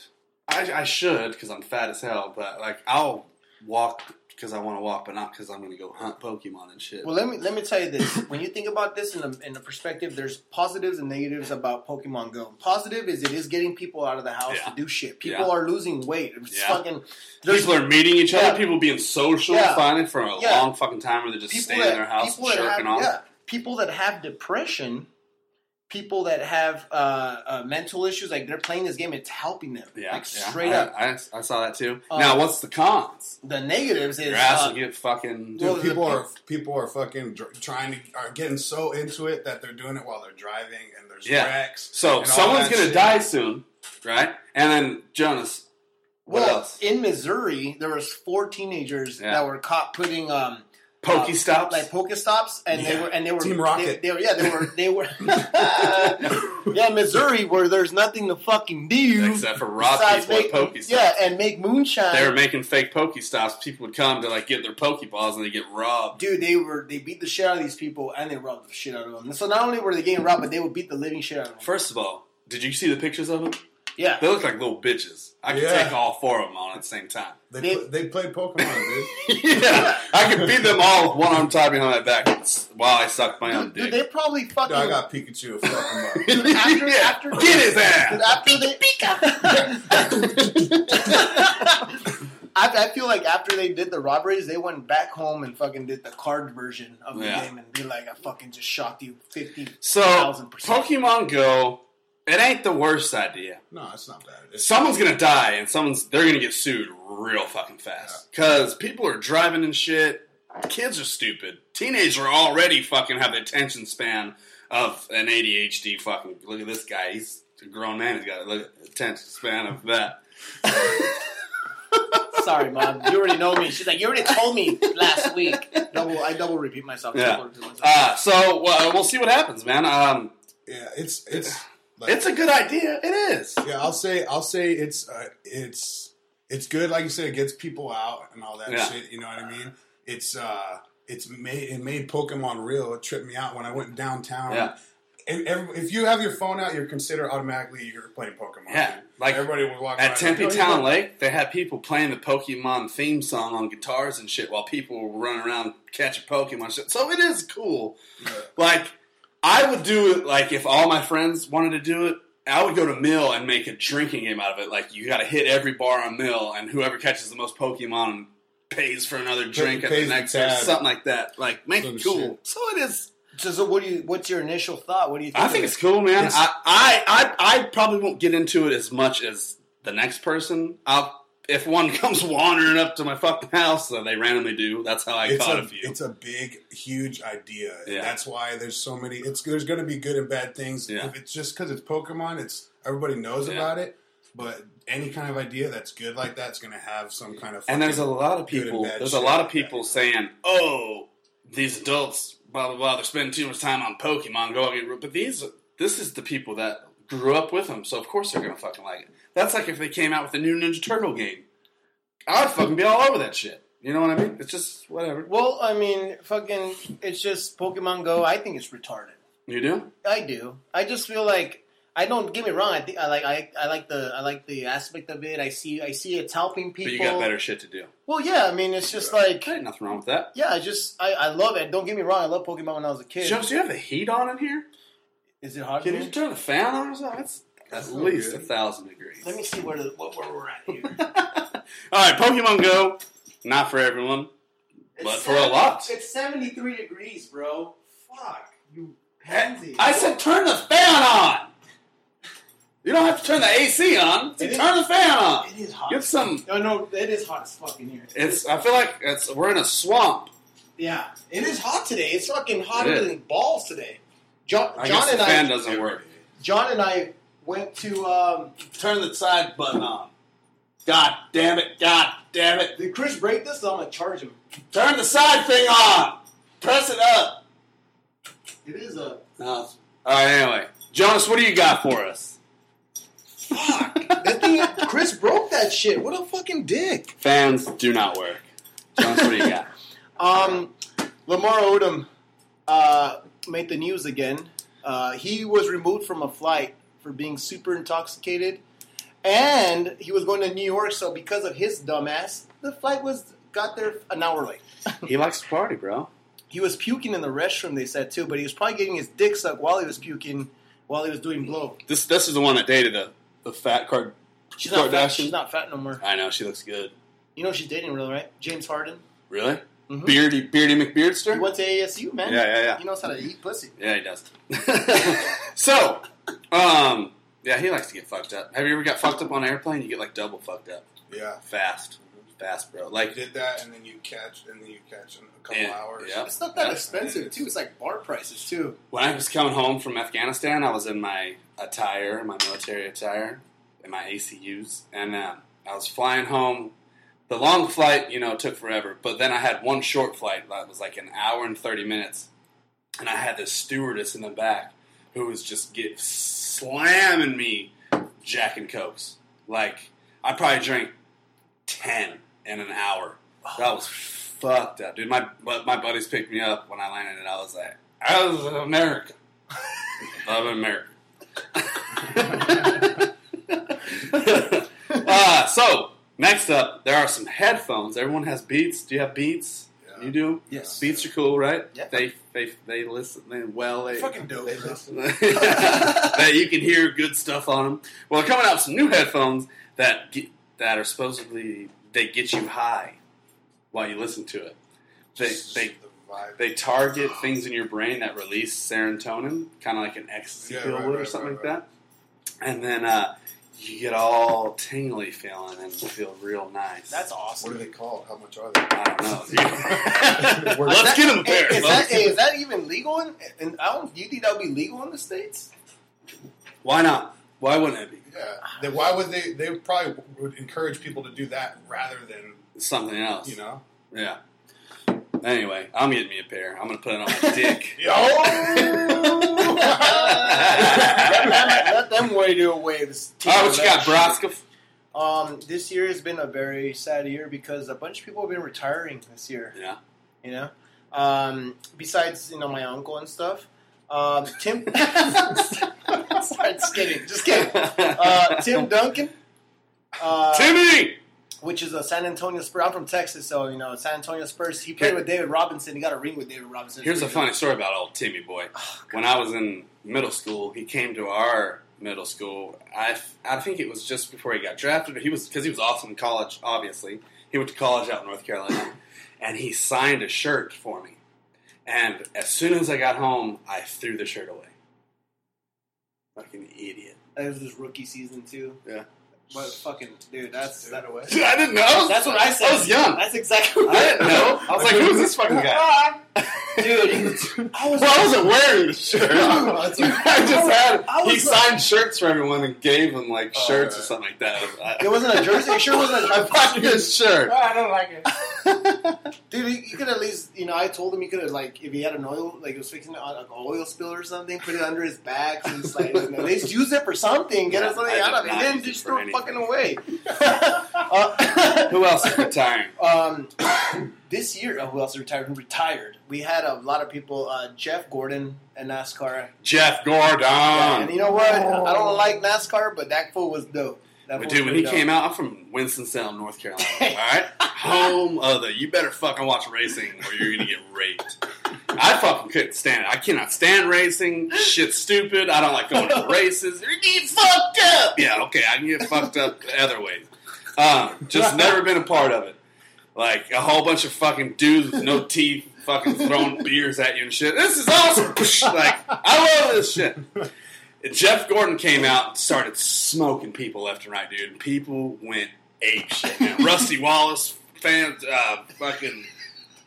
Speaker 3: I, I should because I'm fat as hell. But like, I'll walk because I want to walk, but not because I'm gonna go hunt Pokemon and shit.
Speaker 2: Well, let me let me tell you this. When you think about this in the in the perspective, there's positives and negatives about Pokemon Go. Positive is it is getting people out of the house
Speaker 3: Yeah.
Speaker 2: to do shit. People
Speaker 3: Yeah.
Speaker 2: are losing weight. It's
Speaker 3: Yeah.
Speaker 2: fucking there's
Speaker 3: People are meeting each other.
Speaker 2: Yeah.
Speaker 3: People being social,
Speaker 2: Yeah.
Speaker 3: finally for a
Speaker 2: Yeah.
Speaker 3: long fucking time, where they're just staying in their house,
Speaker 2: people that
Speaker 3: jerking
Speaker 2: have,
Speaker 3: off.
Speaker 2: yeah, people that have depression, people that have uh, uh, mental issues, like they're playing this game, it's helping them.
Speaker 3: Yeah,
Speaker 2: like
Speaker 3: yeah.
Speaker 2: straight
Speaker 3: I,
Speaker 2: up.
Speaker 3: I, I saw that too.
Speaker 2: Uh,
Speaker 3: now, what's the cons?
Speaker 2: The negatives is
Speaker 3: Your ass
Speaker 2: uh,
Speaker 3: will get fucking.
Speaker 5: Dude,
Speaker 2: Well, the-
Speaker 5: people are people are fucking dr- trying to are getting so into it that they're doing it while they're driving and there's
Speaker 3: Yeah.
Speaker 5: wrecks.
Speaker 3: so
Speaker 5: and all
Speaker 3: someone's
Speaker 5: that
Speaker 3: gonna
Speaker 5: shit.
Speaker 3: die soon, right? And then Jonas. What
Speaker 2: well,
Speaker 3: else?
Speaker 2: in Missouri, there was four teenagers
Speaker 3: Yeah.
Speaker 2: that were caught putting um,
Speaker 3: Pokey stops.
Speaker 2: like Pokestops, and they
Speaker 5: Yeah.
Speaker 2: were and they were
Speaker 5: Team Rocket.
Speaker 2: They, they were yeah, they were they were yeah, Missouri where there's nothing to fucking do
Speaker 3: except for rob
Speaker 2: besides
Speaker 3: people at
Speaker 2: make-
Speaker 3: Pokey stops.
Speaker 2: yeah, and make moonshine.
Speaker 3: They were making fake Pokey stops. People would come to like get their Pokeballs, and they get robbed.
Speaker 2: Dude, they were they beat the shit out of these people and they robbed the shit out of them. So not only were they getting robbed, but they would beat the living shit out of them.
Speaker 3: First of all, did you see the pictures of them?
Speaker 2: Yeah.
Speaker 3: They look like little bitches. I could
Speaker 5: Yeah.
Speaker 3: take all four of them on at the same time.
Speaker 5: They,
Speaker 2: They-
Speaker 5: pl- they played Pokemon, dude.
Speaker 3: yeah, I could beat them all with one arm tied behind my back while I sucked my own
Speaker 2: Dude,
Speaker 3: dick.
Speaker 2: dude, they probably fucking.
Speaker 5: Dude, I got Pikachu. Fuck him up.
Speaker 2: dude, after-
Speaker 3: Yeah,
Speaker 2: after-
Speaker 3: get his
Speaker 2: dude,
Speaker 3: ass.
Speaker 2: after they, I, I feel like after they did the robberies, they went back home and fucking did the card version of the
Speaker 3: Yeah.
Speaker 2: game and be like, "I fucking just shocked you fifty
Speaker 3: So
Speaker 2: thousand percent."
Speaker 3: Pokemon Go, it ain't the worst idea.
Speaker 5: No, it's not bad. It's,
Speaker 3: Someone's gonna die, and someone's they're gonna get sued real fucking fast because people are driving and shit. Kids are stupid. Teenagers are already fucking have the attention span of an ADHD. Fucking look at this guy. He's a grown man. He's got a look, attention span of that.
Speaker 2: Sorry, mom, you already know me. She's like, "You already told me last week." Double, I double repeat myself.
Speaker 3: Yeah.
Speaker 2: Double repeat myself.
Speaker 3: Uh, so uh, we'll see what happens, man. Um,
Speaker 5: yeah, it's it's like,
Speaker 3: it's a good idea. It is.
Speaker 5: yeah. I'll say I'll say it's uh, it's it's good. Like you said, it gets people out and all that
Speaker 3: Yeah.
Speaker 5: shit. You know what I mean? It's uh, it's made it made Pokemon real. It tripped me out when I went downtown.
Speaker 3: Yeah.
Speaker 5: And every, if you have your phone out, you're considered automatically you're playing Pokemon.
Speaker 3: Yeah,
Speaker 5: dude.
Speaker 3: like,
Speaker 5: everybody was walking
Speaker 3: At
Speaker 5: around,
Speaker 3: Tempe
Speaker 5: "Oh, you
Speaker 3: Town
Speaker 5: know-
Speaker 3: Lake, they had people playing the Pokemon theme song on guitars and shit while people were running around catching Pokemon shit. So it is cool. Like, I would do it, like, if all my friends wanted to do it, I would go to Mill and make a drinking game out of it. Like, you gotta hit every bar on Mill, and whoever catches the most Pokemon pays for another drink at the
Speaker 5: pays the
Speaker 3: next or
Speaker 5: tab.
Speaker 3: something like that. Like, make
Speaker 5: Some
Speaker 3: it cool.
Speaker 5: shit.
Speaker 3: So it is
Speaker 2: so, so what do you? What's your initial thought? What do you think?
Speaker 3: I
Speaker 2: of
Speaker 3: think
Speaker 2: it?
Speaker 3: it's cool, man.
Speaker 5: It's-
Speaker 3: I, I, I, I probably won't get into it as much as the next person. I'll, if one comes wandering up to my fucking house, then they randomly do. That's how I
Speaker 5: it's
Speaker 3: caught
Speaker 5: a,
Speaker 3: a, few.
Speaker 5: it's a big, huge idea. and
Speaker 3: Yeah.
Speaker 5: That's why there's so many. It's there's going to be good and bad things.
Speaker 3: Yeah.
Speaker 5: If it's just because it's Pokemon, it's everybody knows
Speaker 3: Yeah.
Speaker 5: about it. But any kind of idea that's good like that's going to have some kind of.
Speaker 3: and there's a
Speaker 5: fucking
Speaker 3: lot of
Speaker 5: good and
Speaker 3: people.
Speaker 5: bad
Speaker 3: There's a
Speaker 5: shit
Speaker 3: lot of
Speaker 5: like
Speaker 3: people
Speaker 5: that.
Speaker 3: saying, "Oh, these adults, blah blah blah, they're spending too much time on Pokemon Go." I mean, But these, this is the people that grew up with them, so of course they're gonna fucking like it. That's like if they came out with a new Ninja Turtle game. I'd fucking be all over that shit. You know what I mean? It's just whatever.
Speaker 2: Well, I mean, fucking, it's just Pokemon Go. I think it's retarded.
Speaker 3: You do?
Speaker 2: I do. I just feel like I don't get me wrong. I think I like I, I like the I like the aspect of it. I see I see it's helping people.
Speaker 3: But you got better shit to do.
Speaker 2: Well, yeah. I mean, it's just like
Speaker 3: There ain't nothing wrong with that.
Speaker 2: yeah. I just I, I love it. Don't get me wrong. I love Pokemon when I was a kid.
Speaker 3: Jones, do you have the heat on in here?
Speaker 2: Is it hard?
Speaker 3: Can
Speaker 2: for
Speaker 3: you
Speaker 2: me?
Speaker 3: turn the fan on or something? That's
Speaker 5: That's
Speaker 3: at
Speaker 5: not
Speaker 3: least
Speaker 5: good.
Speaker 3: a thousand degrees.
Speaker 2: Let me see where the, what, where we're at here.
Speaker 3: All right, Pokemon Go, not for everyone. But for a lot.
Speaker 6: It's 73 degrees, bro. Fuck. You pansy.
Speaker 3: I said turn the fan on. You don't have to turn the AC on. Say,
Speaker 6: It is-
Speaker 3: turn the fan on.
Speaker 6: It is hot.
Speaker 3: Get some.
Speaker 6: No, no, it is hot as fuck in here.
Speaker 3: It's. I feel like it's. We're in a swamp.
Speaker 6: Yeah.
Speaker 2: it is hot today. It's fucking hotter
Speaker 3: It is.
Speaker 2: than balls today. John,
Speaker 3: I
Speaker 2: John
Speaker 3: guess
Speaker 2: and
Speaker 3: the fan
Speaker 2: I
Speaker 3: doesn't work.
Speaker 2: John and I went to um,
Speaker 3: Turn the side button on. God damn it! God damn it!
Speaker 2: did Chris break this? I'm gonna charge him.
Speaker 3: Turn the side thing on. Press it up.
Speaker 2: It is a
Speaker 3: No. All right. Anyway, Jonas, what do you got for us?
Speaker 2: Fuck. That thing, Chris broke that shit. What a fucking dick.
Speaker 3: Fans do not work. Jonas, what do you got?
Speaker 2: Um, Lamar Odom uh, made the news again. Uh, he was removed from a flight for being super intoxicated, and he was going to New York. So because of his dumbass, the flight was got there an hour late.
Speaker 3: He likes to party, bro.
Speaker 2: He was puking in the restroom. They said too, but he was probably getting his dick sucked while he was puking, while he was doing blow.
Speaker 3: This this is the one that dated the the fat card.
Speaker 2: She's not fat.
Speaker 3: Kardashian?
Speaker 2: She's not fat no more.
Speaker 3: I know she looks good.
Speaker 2: You know she's dating real right? James Harden.
Speaker 3: Really?
Speaker 2: Mhm.
Speaker 3: Beardy Beardy
Speaker 2: He
Speaker 3: McBeardster.
Speaker 2: went to ASU, man.
Speaker 3: Yeah, yeah, yeah.
Speaker 2: He knows how to eat pussy.
Speaker 3: Yeah, he does. so, um, yeah, he likes to get fucked up. Have you ever got fucked up on an airplane? You get like double fucked up
Speaker 5: Yeah,
Speaker 3: fast, fast, bro.
Speaker 5: you
Speaker 3: Like,
Speaker 5: did that, and then you catch, and then you catch in a couple
Speaker 3: Yeah,
Speaker 5: hours.
Speaker 3: yeah.
Speaker 2: It's not that
Speaker 3: Yeah.
Speaker 2: expensive too. It's like bar prices too.
Speaker 3: When I was coming home from Afghanistan, I was in my attire, my military attire, and my ACUs, and uh, I was flying home. The long flight, you know, took forever, but then I had one short flight that was like an hour and thirty minutes, and I had this stewardess in the back who was just get slamming me Jack and Cokes. Like I probably drank ten in an hour. That was fucked up, dude. My but my buddies picked me up when I landed, and I was like, I was an American. I'm an American. uh, so next up, there are some headphones. Everyone has Beats. Do you have Beats?
Speaker 5: Yeah.
Speaker 3: You do.
Speaker 2: Yes.
Speaker 3: Beats are cool, right?
Speaker 2: Yeah.
Speaker 3: They they they listen they, well. They,
Speaker 5: Fucking dope.
Speaker 2: They
Speaker 5: bro.
Speaker 3: that you can hear good stuff on them. Well, they're coming out with some new headphones that get, that are supposedly they get you high while you listen to it. They
Speaker 5: Just
Speaker 3: they
Speaker 5: the vibe.
Speaker 3: they target things in your brain that release serotonin, kind of like an ecstasy
Speaker 5: Yeah,
Speaker 3: pill
Speaker 5: right,
Speaker 3: would or
Speaker 5: right,
Speaker 3: something
Speaker 5: right,
Speaker 3: like that. And then uh, you get all tingly feeling and feel real nice.
Speaker 2: That's
Speaker 5: What
Speaker 2: awesome.
Speaker 5: are they called? How much are they?
Speaker 3: I don't know. dude. Let's get them there.
Speaker 2: Hey, is,
Speaker 3: folks.
Speaker 2: that, hey, is that even legal? In, in, I don't. Do you think that would be legal in the states?
Speaker 3: Why not? Why wouldn't it be
Speaker 5: Yeah. Then why would they? They probably would encourage people to do that rather than
Speaker 3: something else?
Speaker 5: you know.
Speaker 3: Yeah. Anyway, I'm getting me a pair. I'm gonna put it on my dick.
Speaker 2: let, them, let them radio waves.
Speaker 3: All right, Oh, what you got, Broska?
Speaker 2: Um, this year has been a very sad year because a bunch of people have been retiring this year.
Speaker 3: Yeah.
Speaker 2: You know, um, besides you know my uncle and stuff. Um, Tim, sorry, just kidding, just kidding. Uh, Tim Duncan. Uh,
Speaker 3: Timmy.
Speaker 2: which is a San Antonio Spurs. I'm from Texas, so you know San Antonio Spurs. He played with David Robinson. He got a ring with David Robinson.
Speaker 3: Here's a funny story about old Timmy boy. When I was in middle school, he came to our middle school. I, I think it was just before he got drafted. He was because he was awesome in college. Obviously, he went to college out in North Carolina, and he signed a shirt for me. And as soon as I got home, I threw the shirt away. Fucking idiot.
Speaker 2: That was his rookie season too.
Speaker 3: Yeah.
Speaker 2: But fucking dude, that's that away.
Speaker 3: Dude, I didn't know. I was-
Speaker 2: That's what I said.
Speaker 3: I was young.
Speaker 2: That's exactly. What
Speaker 3: I didn't know. I was like, who's this fucking guy?
Speaker 2: dude. I was.
Speaker 3: Well, I wasn't wearing the shirt. I just had.
Speaker 2: I was
Speaker 3: he signed shirts for everyone and gave them like
Speaker 5: Oh,
Speaker 3: shirts or
Speaker 5: right.
Speaker 3: something like that.
Speaker 2: It
Speaker 3: I,
Speaker 2: wasn't a jersey. It sure wasn't a
Speaker 3: I
Speaker 2: jersey.
Speaker 3: bought his shirt.
Speaker 6: I don't like it.
Speaker 2: Dude, you, you could at least, you know, I told him he could have, like, if he had an oil, like, he was fixing an, an oil spill or something, put it under his back. So it's like, you know, at least use it for something. Get
Speaker 3: Yeah,
Speaker 2: us something
Speaker 3: I
Speaker 2: out
Speaker 3: did
Speaker 2: of it.
Speaker 3: not
Speaker 2: Then
Speaker 3: use it
Speaker 2: just
Speaker 3: for
Speaker 2: throw it
Speaker 3: anything.
Speaker 2: fucking away. Uh,
Speaker 3: Who else is retiring?
Speaker 2: Um, this year, oh, who else retired? Who retired? We had a lot of people. Uh, Jeff Gordon and NASCAR.
Speaker 3: Jeff Gordon.
Speaker 2: and you know what? I don't like NASCAR, but that fool was dope. That
Speaker 3: But
Speaker 2: fool
Speaker 3: dude,
Speaker 2: was
Speaker 3: when he
Speaker 2: dope.
Speaker 3: came out, I'm from Winston-Salem, North Carolina. All right, home of the you better fucking watch racing or you're gonna get raped. I fucking couldn't stand it. I cannot stand racing. Shit's stupid. I don't like going to races. You're getting fucked up. Yeah, okay, I can get fucked up other ways. Um, just never been a part of it. Like a whole bunch of fucking dudes with no teeth, fucking throwing beers at you and shit. This is awesome. like I love this shit. And Jeff Gordon came out and started smoking people left and right, dude. And people went ape shit. Man. Rusty Wallace fans, uh, fucking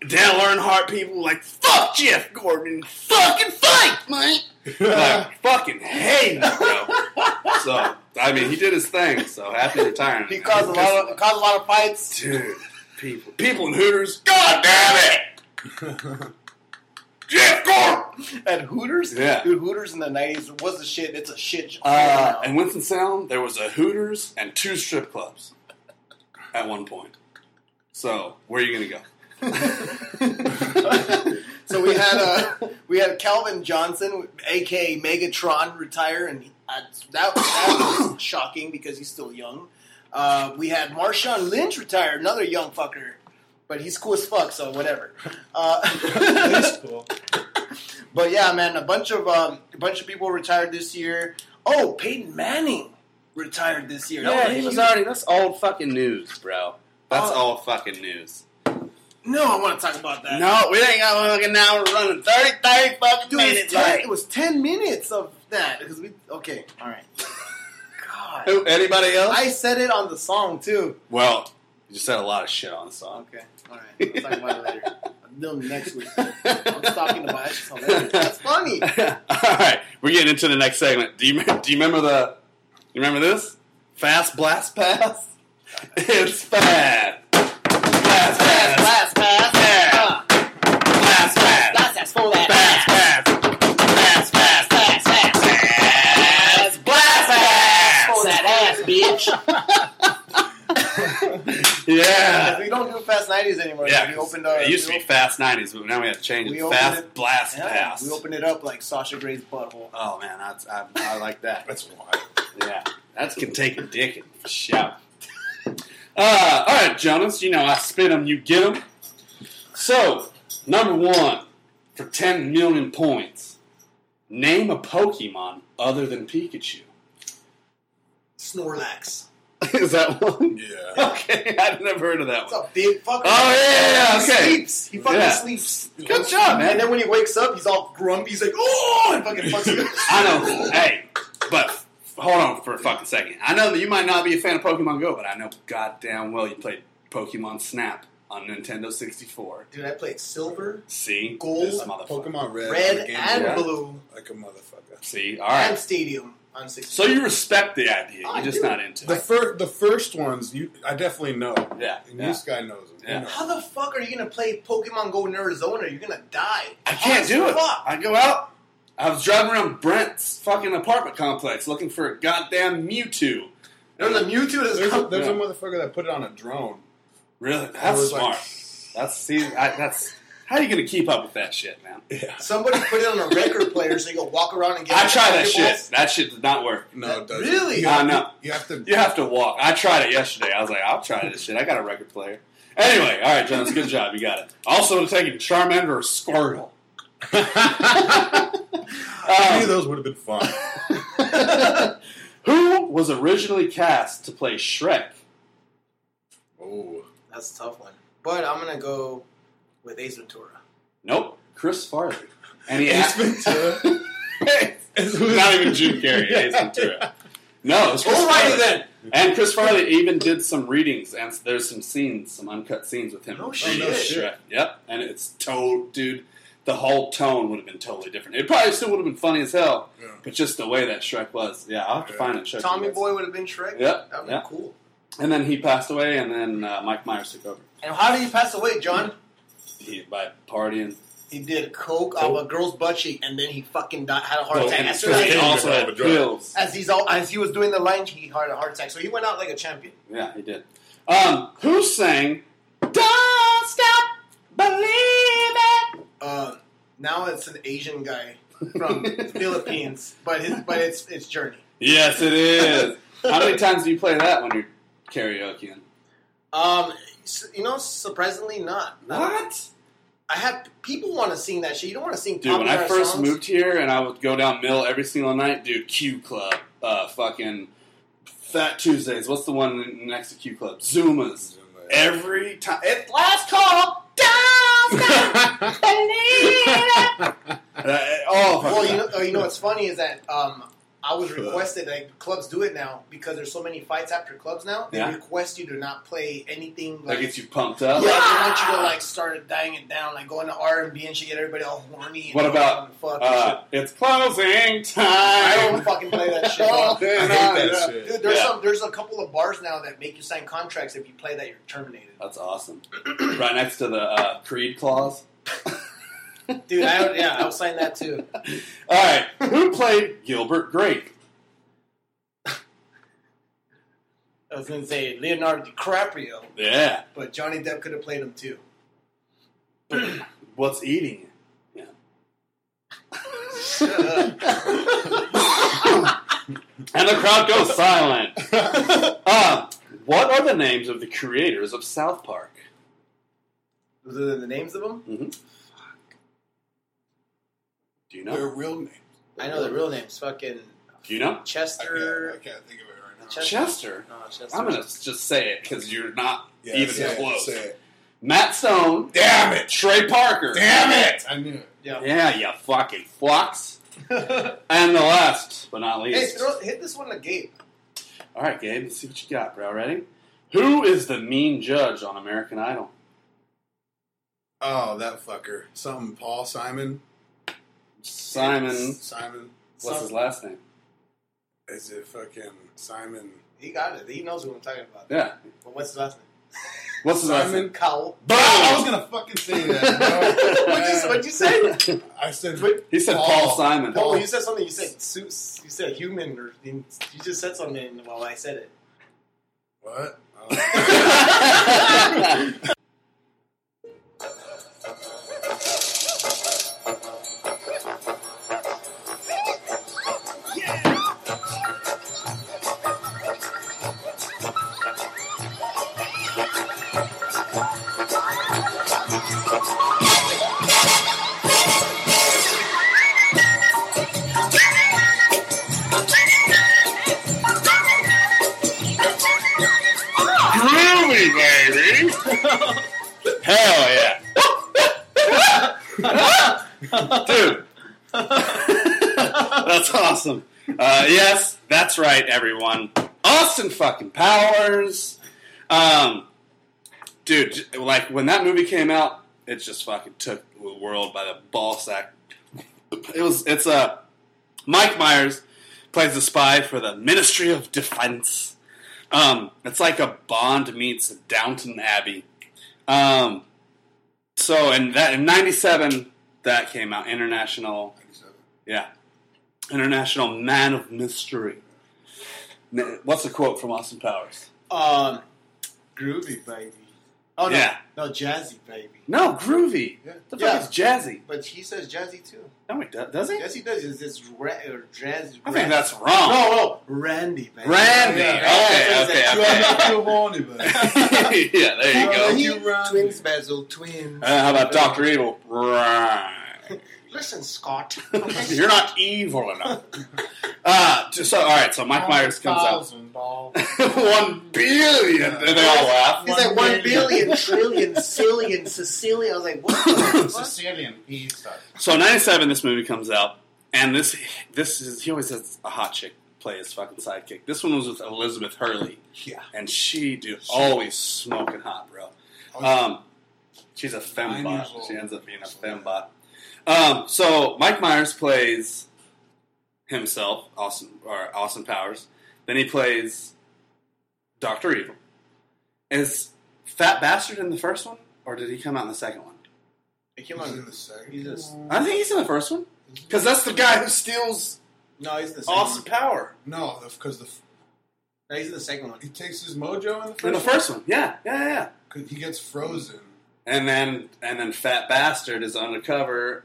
Speaker 3: Dale Earnhardt people like fuck Jeff Gordon, fucking fight, man. Like fucking hate him, bro. So I mean, he did his thing. So happy retirement.
Speaker 2: He caused a lot of caused a lot of fights.
Speaker 3: dude. People, people in Hooters. God damn it, Jeff Gordon.
Speaker 2: At Hooters,
Speaker 3: Yeah.
Speaker 2: dude, Hooters in the nineties was the shit. It's a shit.
Speaker 3: Uh, in Winston Salem, there was a Hooters and two strip clubs at one point. So where are you gonna go?
Speaker 2: so we had uh, we had Calvin Johnson, aka Megatron, retire, and uh, that, that was shocking because he's still young. Uh, we had Marshawn Lynch retire, another young fucker, but he's cool as fuck, so whatever. Uh,
Speaker 5: That's cool.
Speaker 2: but yeah, man, a bunch of um, a bunch of people retired this year. Oh, Peyton Manning retired this year. That a huge-
Speaker 3: That's old fucking news, bro. That's all fucking news.
Speaker 2: No, I want to talk about that.
Speaker 3: No, we ain't got fucking now. We're running 30, 30 fucking
Speaker 2: Dude, it was,
Speaker 3: minutes.
Speaker 2: ten,
Speaker 3: late.
Speaker 2: it was ten minutes of that because we okay. All right. God,
Speaker 3: Who, anybody else?
Speaker 2: I said it on the song too.
Speaker 3: well, you just said a lot of shit on the song.
Speaker 2: Okay, all right. We'll talk about it later. I'm doing it next week. I'm talking about it. It's hilarious. That's funny.
Speaker 3: all right, we're getting into the next segment. Do you do you remember the? You remember this? Fast blast pass. It's fast. Blast
Speaker 2: Pass,
Speaker 3: pass.
Speaker 2: pass, pass.
Speaker 3: Yeah.
Speaker 2: Uh,
Speaker 3: Blast pass.
Speaker 2: that's that's for
Speaker 3: Fast
Speaker 2: that.
Speaker 3: pass. Fast pass.
Speaker 2: Pass, pass, pass.
Speaker 3: Fast blast pass.
Speaker 2: For that ass, bitch.
Speaker 3: Yeah.
Speaker 2: we don't do fast nineties anymore.
Speaker 3: Yeah,
Speaker 2: we opened our.
Speaker 3: it used to
Speaker 2: we
Speaker 3: be Fast 90s, but now we have to change
Speaker 2: We
Speaker 3: it.
Speaker 2: opened
Speaker 3: Fast
Speaker 2: it-
Speaker 3: Blast
Speaker 2: op- yeah,
Speaker 3: Pass.
Speaker 2: We opened it up like Sasha Gray's butthole.
Speaker 3: oh, man, I, I, I like that.
Speaker 5: That's wild.
Speaker 3: yeah. That can take a dick and shout. Uh, all right, Jonas. You know I spin 'em, you get 'em. So number one for ten million points. Name a Pokemon other than Pikachu.
Speaker 2: Snorlax.
Speaker 3: Is that one?
Speaker 5: Yeah.
Speaker 3: Okay, I've never heard of that
Speaker 2: That's
Speaker 3: one.
Speaker 2: a big fucker.
Speaker 3: Oh yeah, yeah,
Speaker 2: He
Speaker 3: okay.
Speaker 2: sleeps. He fucking
Speaker 3: Yeah.
Speaker 2: sleeps.
Speaker 3: Good job, man.
Speaker 2: And then when he wakes up, he's all grumpy. He's like, oh, and fucking fucks you.
Speaker 3: I know. Hey, but f- hold on for a fucking second. I know that you might not be a fan of Pokemon Go, but I know goddamn well you played Pokemon Snap on Nintendo 64.
Speaker 2: Dude, I played silver,
Speaker 3: See,
Speaker 2: Gold,
Speaker 3: This motherfucker.
Speaker 5: Pokemon Red.
Speaker 2: red,
Speaker 5: like a Game
Speaker 2: and
Speaker 5: Boy,
Speaker 2: blue,
Speaker 5: Like a motherfucker.
Speaker 3: See, all
Speaker 2: and
Speaker 3: right.
Speaker 2: stadium on 60.
Speaker 3: So you respect the idea. You're
Speaker 2: I
Speaker 3: just
Speaker 2: do.
Speaker 3: not into
Speaker 5: The
Speaker 3: it.
Speaker 5: first, the first ones, you, I definitely know.
Speaker 3: Yeah,
Speaker 5: And
Speaker 3: yeah.
Speaker 5: this guy knows them.
Speaker 3: Yeah.
Speaker 2: How the fuck are you gonna play Pokemon Go in Arizona? You're gonna die.
Speaker 3: I can't
Speaker 2: Honest
Speaker 3: do it.
Speaker 2: Fuck.
Speaker 3: I go out. I was driving around Brent's fucking apartment complex looking for a goddamn Mewtwo.
Speaker 2: There was a Mewtwo
Speaker 5: There's,
Speaker 2: that's
Speaker 5: a,
Speaker 2: come.
Speaker 5: there's
Speaker 3: Yeah.
Speaker 5: a motherfucker that put it on a drone.
Speaker 3: Really,
Speaker 5: I
Speaker 3: that's
Speaker 5: was
Speaker 3: smart.
Speaker 5: like-
Speaker 3: that's see, I, that's how you gonna keep up with that shit, man.
Speaker 2: Somebody put it on a record player so you can walk around and get.
Speaker 3: I tried that shit.
Speaker 2: collectibles.
Speaker 3: That shit did not work.
Speaker 5: No, it doesn't.
Speaker 2: Really?
Speaker 5: You
Speaker 3: I
Speaker 5: have to-
Speaker 3: know.
Speaker 5: You have to.
Speaker 3: You have to walk. I tried it yesterday. I was like, I'll try this shit. I got a record player. Anyway, all right, Jonas, good job. You got it. Also, would have taken Charmander or Squirtle.
Speaker 5: Any
Speaker 3: Um,
Speaker 5: of those would have been fun.
Speaker 3: who was originally cast to play Shrek?
Speaker 5: oh,
Speaker 2: That's a tough one. But I'm gonna go with Ace Ventura.
Speaker 3: Nope, Chris Farley. And he
Speaker 5: Ace
Speaker 3: asked
Speaker 5: Ventura.
Speaker 3: Not even Jim Carrey. Ace Ventura. No, it's Chris
Speaker 2: Alrighty
Speaker 3: Farley.
Speaker 2: then.
Speaker 3: And Chris Farley even did some readings, and there's some scenes, some uncut scenes with him.
Speaker 2: No
Speaker 3: reading
Speaker 5: shit.
Speaker 3: Shrek. Yep, and it's to dude. The whole tone would have been totally different. It probably still would have been funny as hell,
Speaker 5: Yeah.
Speaker 3: but just the way that Shrek was. Yeah, I'll have to
Speaker 5: Yeah.
Speaker 3: find it. Shrek
Speaker 2: Tommy
Speaker 3: was.
Speaker 2: Boy would have been Shrek.
Speaker 3: Yep,
Speaker 2: That would
Speaker 3: yep.
Speaker 2: be cool.
Speaker 3: And then he passed away, and then uh, Mike Myers took over.
Speaker 2: And how did he pass away, John?
Speaker 3: He, by partying.
Speaker 2: He did coke off a girl's butt cheek, and then he fucking died, had a heart
Speaker 3: Well,
Speaker 2: attack.
Speaker 3: and
Speaker 2: As, soon as,
Speaker 3: because he
Speaker 2: he,
Speaker 5: all-
Speaker 3: also
Speaker 5: Yeah.
Speaker 3: had pills.
Speaker 2: as he's all, as he was doing the line, he had a heart attack. So he went out like a champion.
Speaker 3: Yeah, he did. Um, who sang Don't Stop Believing?
Speaker 2: Uh, now it's an Asian guy from the Philippines, but his, but it's it's Journey.
Speaker 3: Yes, it is. How many times do you play that when you're karaokeing?
Speaker 2: Um, s- you know, surprisingly not.
Speaker 3: What?
Speaker 2: I have people want to sing that shit. You don't want to sing.
Speaker 3: Dude, when I
Speaker 2: popular
Speaker 3: first
Speaker 2: songs.
Speaker 3: moved here and I would go down Mill every single night, dude, Q Club, uh, fucking Fat Tuesdays. What's the one next to Q Club? Zumas. Every time. It, last call. Don't stop believing. Uh, oh,
Speaker 2: Well, you know, uh, you know what's funny is that um, I was requested like clubs do it now because there's so many fights after clubs now. They
Speaker 3: Yeah.
Speaker 2: request you to not play anything
Speaker 3: that
Speaker 2: like.
Speaker 3: gets you pumped up.
Speaker 2: Yeah, they want you to like start dying it down, like going to R and B and shit, get everybody all horny. And
Speaker 3: What about,
Speaker 2: fuck and shit.
Speaker 3: Uh, it's closing time.
Speaker 2: I don't fucking play that shit.
Speaker 3: Oh,
Speaker 5: I hate that
Speaker 3: yeah.
Speaker 5: shit.
Speaker 2: Dude, there's
Speaker 3: Yeah.
Speaker 2: some there's a couple of bars now that make you sign contracts if you play that you're terminated.
Speaker 3: That's awesome. right next to the uh, Creed clause.
Speaker 2: Dude, I would, yeah, I would sign that too.
Speaker 3: All right, who played Gilbert Grape?
Speaker 2: I was gonna say Leonardo DiCaprio,
Speaker 3: Yeah.
Speaker 2: but Johnny Depp could have played him too.
Speaker 3: What's eating it? and the crowd goes silent. Uh, what are the names of the creators of South Park?
Speaker 2: Those are the names of them.
Speaker 3: Do you
Speaker 5: Their
Speaker 3: know?
Speaker 5: real name.
Speaker 2: I know the real names. Fucking
Speaker 3: Do you know?
Speaker 5: I
Speaker 2: Chester.
Speaker 5: can't, I can't think of it right now.
Speaker 2: Chester.
Speaker 3: Chester.
Speaker 2: No, Chester.
Speaker 3: I'm going to just say it because you're not
Speaker 5: Yeah,
Speaker 3: even
Speaker 5: say it,
Speaker 3: close.
Speaker 5: say it.
Speaker 3: Matt Stone.
Speaker 5: Damn it!
Speaker 3: Trey Parker.
Speaker 5: Damn it! I knew it.
Speaker 2: Yeah.
Speaker 3: Yeah, you fucking flux.
Speaker 2: hey,
Speaker 3: And the last but not least.
Speaker 2: throw, hit this one to Gabe.
Speaker 3: All right, Gabe, let's see what you got, bro. Ready? Who is the mean judge on American Idol?
Speaker 5: Oh, that fucker. Something Paul Simon.
Speaker 3: Simon.
Speaker 5: Simon.
Speaker 3: What's his last name?
Speaker 5: Is it fucking Simon?
Speaker 2: He got it. He knows who I'm talking about.
Speaker 3: Yeah.
Speaker 2: But what's his last name?
Speaker 3: What's his last name?
Speaker 5: Simon.
Speaker 2: Cowell.
Speaker 3: Boom!
Speaker 5: I was gonna fucking say that.
Speaker 2: What'd you,
Speaker 5: bro.
Speaker 2: what'd you say?
Speaker 5: I said.
Speaker 3: He said Paul,
Speaker 5: Paul.
Speaker 3: Simon.
Speaker 2: Paul, Oh, you said something. You said Seuss. You said human, or you just said something while I said it.
Speaker 5: What? Oh,
Speaker 3: awesome. Uh, yes, that's right, everyone. Austin fucking Powers. Um, dude, j- like when that movie came out, it just fucking took the world by the ball sack. It was. It's Uh, Mike Myers plays a spy for the Ministry of Defense. Um, it's like a Bond meets Downton Abbey. Um, so, and that in '97 that came out international. Yeah. International man of mystery. N- What's the quote from Austin Powers?
Speaker 7: Um,
Speaker 2: Groovy baby.
Speaker 7: oh no,
Speaker 3: Yeah.
Speaker 2: No, jazzy baby.
Speaker 3: No, groovy.
Speaker 5: Yeah.
Speaker 3: The fuck
Speaker 2: Yeah.
Speaker 3: is jazzy?
Speaker 2: But he says jazzy too.
Speaker 3: No, he does, does he?
Speaker 2: Yes, he does. It's, it's ra- or jazz.
Speaker 3: I think that's wrong.
Speaker 2: no, no, Randy. Baby.
Speaker 3: Randy.
Speaker 2: Yeah,
Speaker 3: Okay,
Speaker 2: that's what he
Speaker 3: okay,
Speaker 2: said.
Speaker 5: You
Speaker 3: okay.
Speaker 5: are not your horny, but
Speaker 3: yeah, there you go.
Speaker 2: Well,
Speaker 5: Thank
Speaker 2: he-
Speaker 5: you, Randy.
Speaker 2: Twins, Basil. Twins.
Speaker 3: Uh, how about Doctor Evil? Right.
Speaker 2: Listen, Scott.
Speaker 3: You're not evil enough. Uh, just so all right. So
Speaker 5: Oh,
Speaker 3: Mike Myers comes out.
Speaker 5: Thousand dollars.
Speaker 3: One billion, and they all laugh.
Speaker 2: He's like one
Speaker 5: One
Speaker 2: billion, trillion, cillion, Sicilian. I was like, what? the fuck?
Speaker 5: Sicilian pizza.
Speaker 3: So '97, this movie comes out, and this this is he always has a hot chick play his fucking sidekick. This one was with Elizabeth Hurley,
Speaker 5: Yeah.
Speaker 3: and she dude always smoking hot, bro.
Speaker 5: Oh,
Speaker 3: Um, she's a
Speaker 5: Nine years
Speaker 3: fembot.
Speaker 5: old.
Speaker 3: She ends up being a fembot. Um, so Mike Myers plays himself, Austin or Austin Powers. Then he plays Doctor Evil. Is Fat Bastard in the first one, or did he come out in the second one?
Speaker 2: He came
Speaker 5: he's in
Speaker 2: on.
Speaker 5: the second.
Speaker 2: He's just-
Speaker 3: I think he's in the first one because that's the guy who steals
Speaker 2: No, he's in the second
Speaker 3: Austin Power
Speaker 5: no, because the, f
Speaker 2: one. No, he's in the second one.
Speaker 5: he takes his mojo in the first.
Speaker 3: in the first one. Yeah, yeah, yeah, yeah.
Speaker 5: one? 'Cause he gets frozen.
Speaker 3: And then and then Fat Bastard is undercover,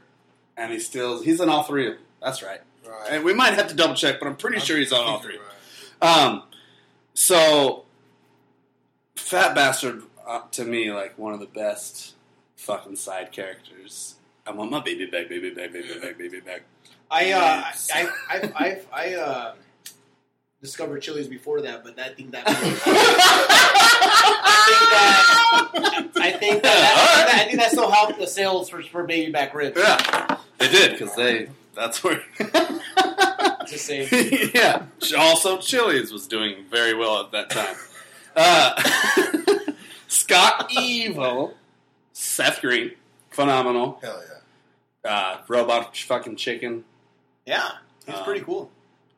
Speaker 3: and he steals. He's in all three of them. That's right.
Speaker 5: Right.
Speaker 3: And we might have to double check, but I'm pretty sure he's on all three.
Speaker 5: Right.
Speaker 3: Um, so Fat Bastard uh, to me like one of the best fucking side characters. I want my baby back, baby back, baby back, baby back.
Speaker 2: I, uh, I, I, I, I, I uh, discovered Chili's before that, but I think that. I think that. I think that,
Speaker 3: All right.
Speaker 2: I think that still helped the sales for, for baby back ribs.
Speaker 3: Yeah, they did because they. That's where.
Speaker 2: Just saying.
Speaker 3: yeah. Also, Chili's was doing very well at that time. Uh, Scott Evil, Seth Green, phenomenal.
Speaker 5: Hell yeah.
Speaker 3: Uh, robot fucking chicken.
Speaker 2: Yeah, he's
Speaker 3: Um,
Speaker 2: pretty cool.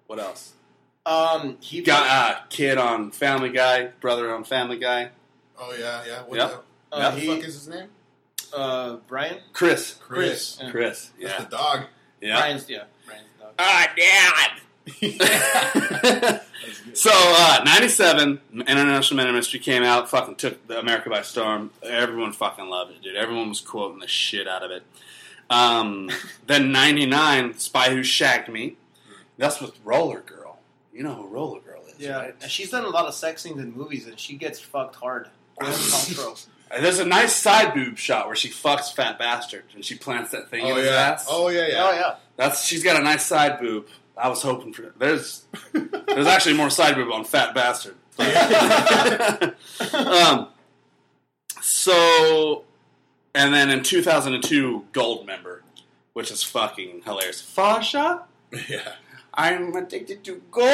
Speaker 3: What else?
Speaker 2: Um, he
Speaker 3: Got uh, kid on Family Guy, brother on Family Guy.
Speaker 5: Oh yeah, yeah. What
Speaker 3: Yep.
Speaker 5: the,
Speaker 2: Uh,
Speaker 5: what
Speaker 2: he-
Speaker 5: the fuck is his name?
Speaker 2: uh, Brian.
Speaker 3: Chris.
Speaker 5: Chris.
Speaker 2: Yeah.
Speaker 3: Chris.
Speaker 5: That's
Speaker 3: Yeah.
Speaker 5: the dog.
Speaker 3: Yeah.
Speaker 2: Brian's yeah. Brian's dog.
Speaker 3: Oh, damn. So, uh, 97, International Men of Mystery came out, fucking took the America by storm. Everyone fucking loved it, dude. Everyone was quoting the shit out of it. Um, then 99, Spy Who Shagged Me. That's with Roller Girl. You know who Roller Girl is,
Speaker 2: Yeah,
Speaker 3: right?
Speaker 2: and she's done a lot of sex scenes in movies, and she gets fucked hard. Gwyneth Paltrow.
Speaker 3: And There's a nice side boob shot where she fucks Fat Bastard and she plants that thing in
Speaker 5: Oh
Speaker 3: his
Speaker 5: yeah.
Speaker 3: ass.
Speaker 5: Oh yeah, yeah.
Speaker 2: Oh yeah,
Speaker 3: That's she's got a nice side boob. I was hoping for there's there's actually more side boob on Fat Bastard.
Speaker 2: Oh,
Speaker 3: um, so and then in 2002, Gold Member, which is fucking hilarious. Fasha,
Speaker 5: Yeah.
Speaker 3: I'm addicted to gold.